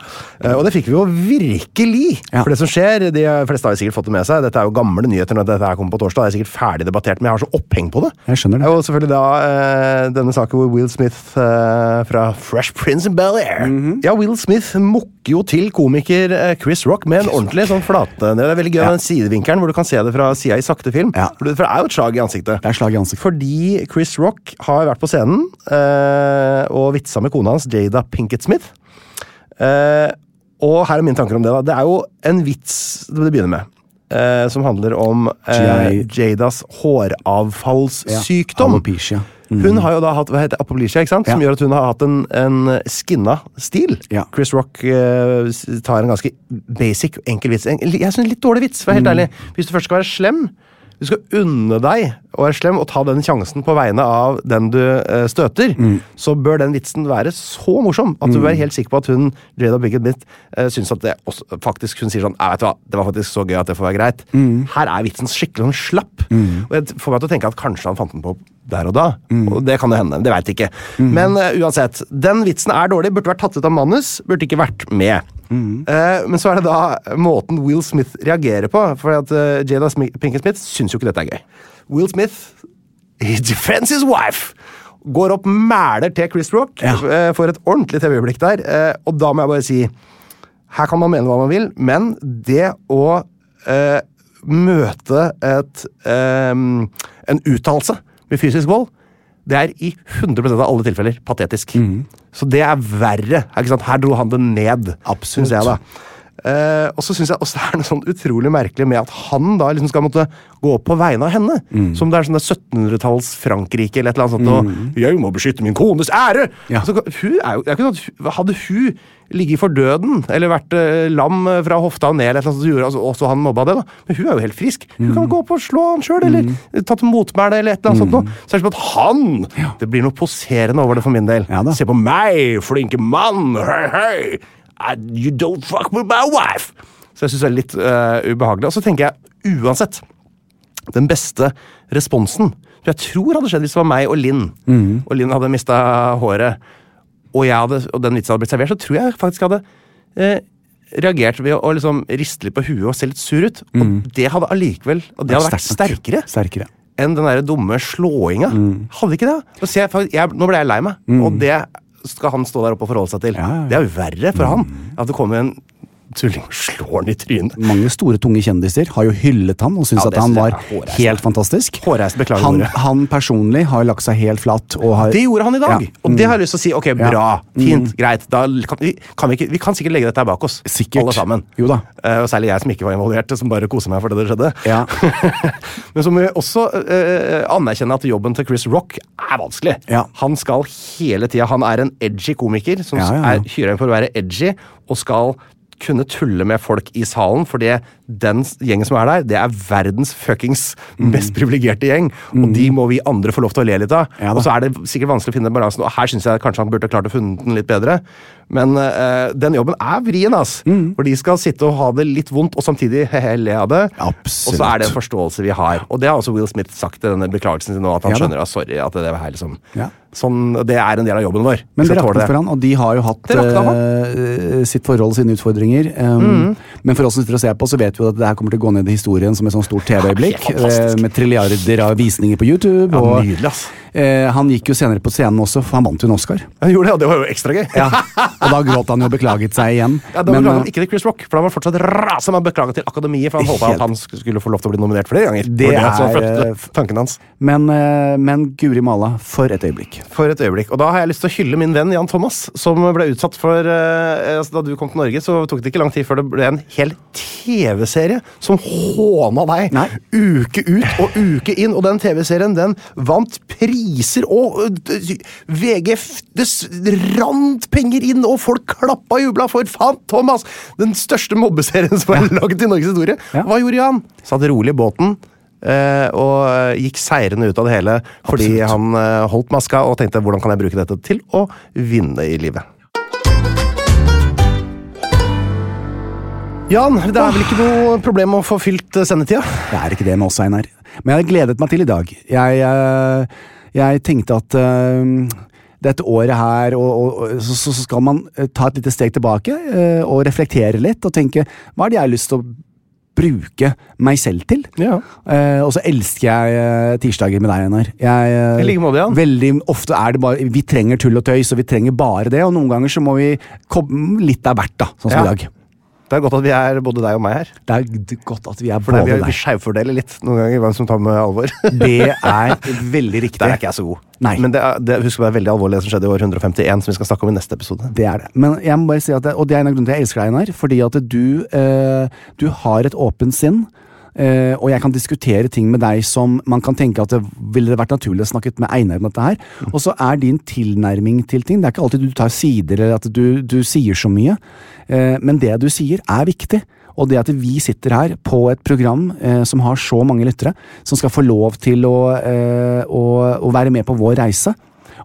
B: Eh, og det fikk vi jo virkelig!
C: Ja.
B: For det som skjer, de fleste har jo sikkert fått det med seg. Dette er jo gamle nyheter når dette her kommer på torsdag. Det er sikkert ferdig debattert, men jeg har så oppheng på det.
C: Jeg skjønner det.
B: Og selvfølgelig da eh, denne saken hvor Will Smith eh, fra Fresh Prince of Bel-Air Ja, Will Smith mukker jo til komiker eh, Chris Rock med en ordentlig sånn flate Det er veldig gøy med den sidevinkelen hvor du kan se det fra sida i sakte film.
C: Ja.
B: For det for det er jo et slag i ansiktet.
C: Det er slag i ansiktet.
B: Fordi Chris Rock har vært på scenen eh, og vitsa med kona hans, Jada Pinkett Smith. Eh, og her er mine tanker om det. da. Det er jo en vits det begynner med. eh, som handler om eh,
C: J-
B: Jadas
C: Ja,
B: håravfallssykdom.
C: alopecia.
B: Hun har jo da hatt hva heter det, apoplegia, ikke sant? som
C: Mm. Ja.
B: gjør at hun har hatt en, en skinna stil.
C: Ja.
B: Chris Rock eh, s- tar en ganske basic, enkel vits. En, jeg synes en litt dårlig vits, for å være
C: Mm.
B: helt ærlig. Hvis du først skal være slem, du skal unne deg å være slem og ta den sjansen på vegne av den du eh, støter,
C: Mm.
B: så bør den vitsen være så morsom at du bør være helt sikker på at hun Jada Pinkett Smith eh, syns at det også, faktisk Hun sier sånn «Nei, vet du hva, det var faktisk så gøy
C: Mm.
B: at det får være greit. Her er vitsen skikkelig sånn slapp. Og jeg t- får meg til å tenke at kanskje han fant den på der og da. Og det kan jo hende. Det veit jeg ikke. Men eh, uansett, den vitsen er dårlig. Burde vært tatt ut av manus. Burde ikke vært med. Eh, men så er det da måten Will Smith reagerer på. For at eh, Jada Smi- Pinkett Smith syns jo ikke dette er gøy. Will Smith He defends his wife! Går opp, mæler til Chris Rock.
C: Ja.
B: eh, Får et ordentlig TV-øyeblikk der. eh, Og da må jeg bare si Her kan man mene hva man vil, men det å eh, møte et eh, en uttalelse med fysisk vold det er i 100 av alle tilfeller patetisk. Så det er verre. er Ikke sant? Her dro han det ned,
C: Absolutt.
B: synes jeg. da. Eh, og så syns jeg også det er noe sånn utrolig merkelig med at han da liksom skal måtte gå opp på vegne av henne. Som det er sånn 1700-talls Frankrike eller et eller annet sånt. Og, Mm. 'Jeg må beskytte min kones ære!'
C: Ja.
B: Så, hun er jo, det er ikke sånn at hun, Hadde hun ligget for døden eller vært eh, lam eh, fra hofta og ned, eller et eller annet, så gjorde altså, også han mobba det, da. men hun er jo helt frisk. Hun kan gå opp og slå han sjøl, eller ta til motmæle eller et eller annet sånt. noe. Så er det som at han Det blir noe poserende over det for min del.
C: Ja da.
B: Se på meg, flinke mann! Hei, hei! I, you don't fuck with my wife! Så jeg syns det er litt eh, ubehagelig. Og så tenker jeg uansett den beste responsen som jeg tror hadde skjedd hvis det var meg og Linn,
C: Mhm.
B: og Linn hadde mista håret, og, jeg hadde, og den vitsen hadde blitt servert, så tror jeg faktisk jeg hadde eh, reagert ved å, å liksom riste litt på huet og se litt sur ut. Og det hadde allikevel og det hadde vært
C: Mhm. Sterkt nok.
B: sterkere
C: Sterkere.
B: enn den der dumme slåinga.
C: Mm.
B: Hadde ikke det? Da ser jeg, faktisk- jeg, nå ble jeg lei meg, og det skal han stå der oppe og forholde seg til.
C: ja, Mm. ja.
B: Det er jo verre for han at det kommer en tulling og slår han i trynet.
C: Mange store, tunge kjendiser har jo hyllet han og syntes
B: Ja, det
C: at han
B: synes jeg
C: var
B: er hårreisende.
C: helt fantastisk.
B: Hårreisende, beklager
C: han,
B: ordet.
C: han personlig har lagt seg helt flat. Og har,
B: Det gjorde han i dag,
C: Ja. Mm.
B: og det har jeg lyst til å si. Ok, bra, fint, greit. Da kan vi, kan vi, ikke, vi kan sikkert legge dette her bak oss.
C: Sikkert.
B: Alle sammen.
C: Jo da.
B: Eh, og særlig jeg som ikke var involvert, som bare koser meg for det det skjedde.
C: Ja.
B: (laughs) Men så må vi også eh, anerkjenne at jobben til Chris Rock er vanskelig.
C: Ja.
B: Han skal hele tida Han er en edgy komiker som
C: Ja, ja, ja.
B: er hyra inn for å være edgy, og skal kunne tulle med folk i salen, for det- den s- gjengen som er der, det er verdens fuckings
C: Mm.
B: mest privilegerte gjeng, og de må vi andre få lov til å le litt av.
C: Ja da.
B: og så er det sikkert vanskelig å finne balansen, og her syns jeg kanskje han burde klart å funnet den litt bedre, men eh, den jobben er vrien, ass.
C: Mm.
B: For de skal sitte og ha det litt vondt, og samtidig (laughs) he-he le av det. Og så
C: Absolutt.
B: er det en forståelse vi har. Og det har også Will Smith sagt i denne beklagelsen sin nå, at han
C: Ja da.
B: skjønner at sorry, at det var her liksom
C: Ja.
B: sånn, Det er en del av jobben vår.
C: Men
B: så
C: det
B: tåler
C: raknet for han, og de har jo hatt
B: Det rakna for
C: eh, sitt forhold, sine utfordringer. Um,
B: Mm.
C: Men for oss som sitter og ser på, så vet vi jo at det her kommer til å gå ned i historien som et sånt stort TV-øyeblikk.
B: Ja, helt fantastisk.
C: eh, med trilliarder av visninger på YouTube.
B: Ja,
C: og,
B: nydelig, ass.
C: eh, han gikk jo senere på scenen også, for han vant jo en Oscar.
B: Han gjorde det, og det var jo ekstra gøy.
C: Ja, og da gråt han jo og beklaget seg igjen.
B: Ja, da
C: Men,
B: beklaget han
C: eh,
B: ikke til Chris Rock, for han var fortsatt rasa. Han beklaget til Akademiet, for han håpa
C: Helt-
B: at han sk- skulle få lov til å bli nominert flere ganger.
C: Det
B: var som
C: er,
B: var
C: eh,
B: første tanken hans.
C: men, eh, men Guri Malla, for et øyeblikk.
B: For et øyeblikk. Og da har jeg lyst til å hylle min venn Jan Thomas, som ble utsatt for eh, altså, Da du kom til Norge, så tok det ikke lang tid før det ble en hel TV-serie som håna deg
C: Nei.
B: uke ut og uke inn. Og den TV-serien den vant priser, og ø, d- VG f- Det s- rant penger inn, og folk klappa og jubla for faen Thomas! Den største mobbeserien som er laget i Norges historie.
C: Ja.
B: Hva gjorde Jan? Satt rolig i båten. eh, og eh, gikk seirende ut av det hele fordi
C: Absolutt.
B: han eh, holdt maska og tenkte hvordan kan jeg bruke dette til å vinne i livet. Jan, det er vel ikke noe problem å få fylt eh, sendetida?
C: Det er ikke det med oss, Einar. Men jeg har gledet meg til i dag. Jeg, eh, jeg tenkte at eh, dette året her og, og, og, så, så skal man eh, ta et lite steg tilbake eh, og reflektere litt og tenke hva er det jeg har lyst til å bruke meg selv til?
B: Ja.
C: Eh, og så elsker jeg eh, tirsdager med deg, Einar. Jeg, eh,
B: I like måte, Jan.
C: Veldig ofte er det bare Vi trenger tull og tøys, og vi trenger bare det. Og noen ganger så må vi komme litt av hvert, da. Sånn som
B: Ja.
C: i dag.
B: Det er godt at vi er både deg og meg her.
C: Det er g- godt at vi er
B: For det
C: både
B: er vi, vi
C: der.
B: skjevfordeler litt noen ganger hvem som tar med (laughs) alvor.
C: Det er veldig riktig.
B: Der er ikke jeg så god.
C: Nei.
B: Men det er, det, husk å være veldig alvorlig det som skjedde i år 151, som vi skal snakke om i neste episode.
C: Det er det. Men jeg må bare si at det, og det er en av grunnene til at jeg elsker deg, Einar. Fordi at du, eh, du har et åpent sinn. Eh, og jeg kan diskutere ting med deg som man kan tenke at det ville det vært naturlig å snakket med Einar om dette her. Og så er din tilnærming til ting Det er ikke alltid du tar sider eller at du, du sier så mye. Eh, men det du sier, er viktig. Og det at vi sitter her på et program eh, som har så mange lyttere, som skal få lov til å, eh, å, å være med på vår reise,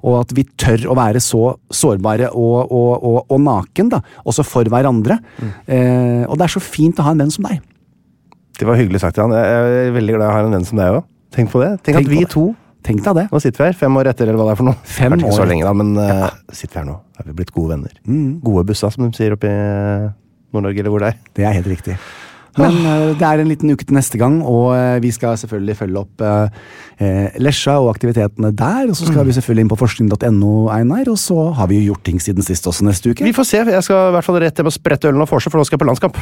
C: og at vi tør å være så sårbare og, og, og, og naken, da, også for hverandre. Eh, og det er så fint å ha en venn som deg.
B: Det var hyggelig sagt, Jan. Jeg er veldig glad jeg har en venn som deg òg. Tenk på det. Tenk,
C: Tenk
B: at vi
C: på det.
B: to
C: Tenk deg det.
B: Nå sitter vi her, fem år etter, eller hva det er for noe.
C: Fem
B: Kanskje ikke
C: år
B: så lenge, da, men eh, sitter vi her nå. Er vi blitt gode venner. Gode bussa, som de sier oppe i eh, Nord-Norge, eller hvor det er.
C: Det er helt riktig. Men eh, det er en liten uke til neste gang, og eh, vi skal selvfølgelig følge opp eh, eh, Lesja og aktivitetene der. Og så skal vi selvfølgelig inn på forskning.no, Einar, og så har vi jo gjort ting siden sist også neste uke.
B: Vi får se. Jeg skal i hvert fall rett hjem og sprette ølen og forse, for nå skal jeg på landskamp.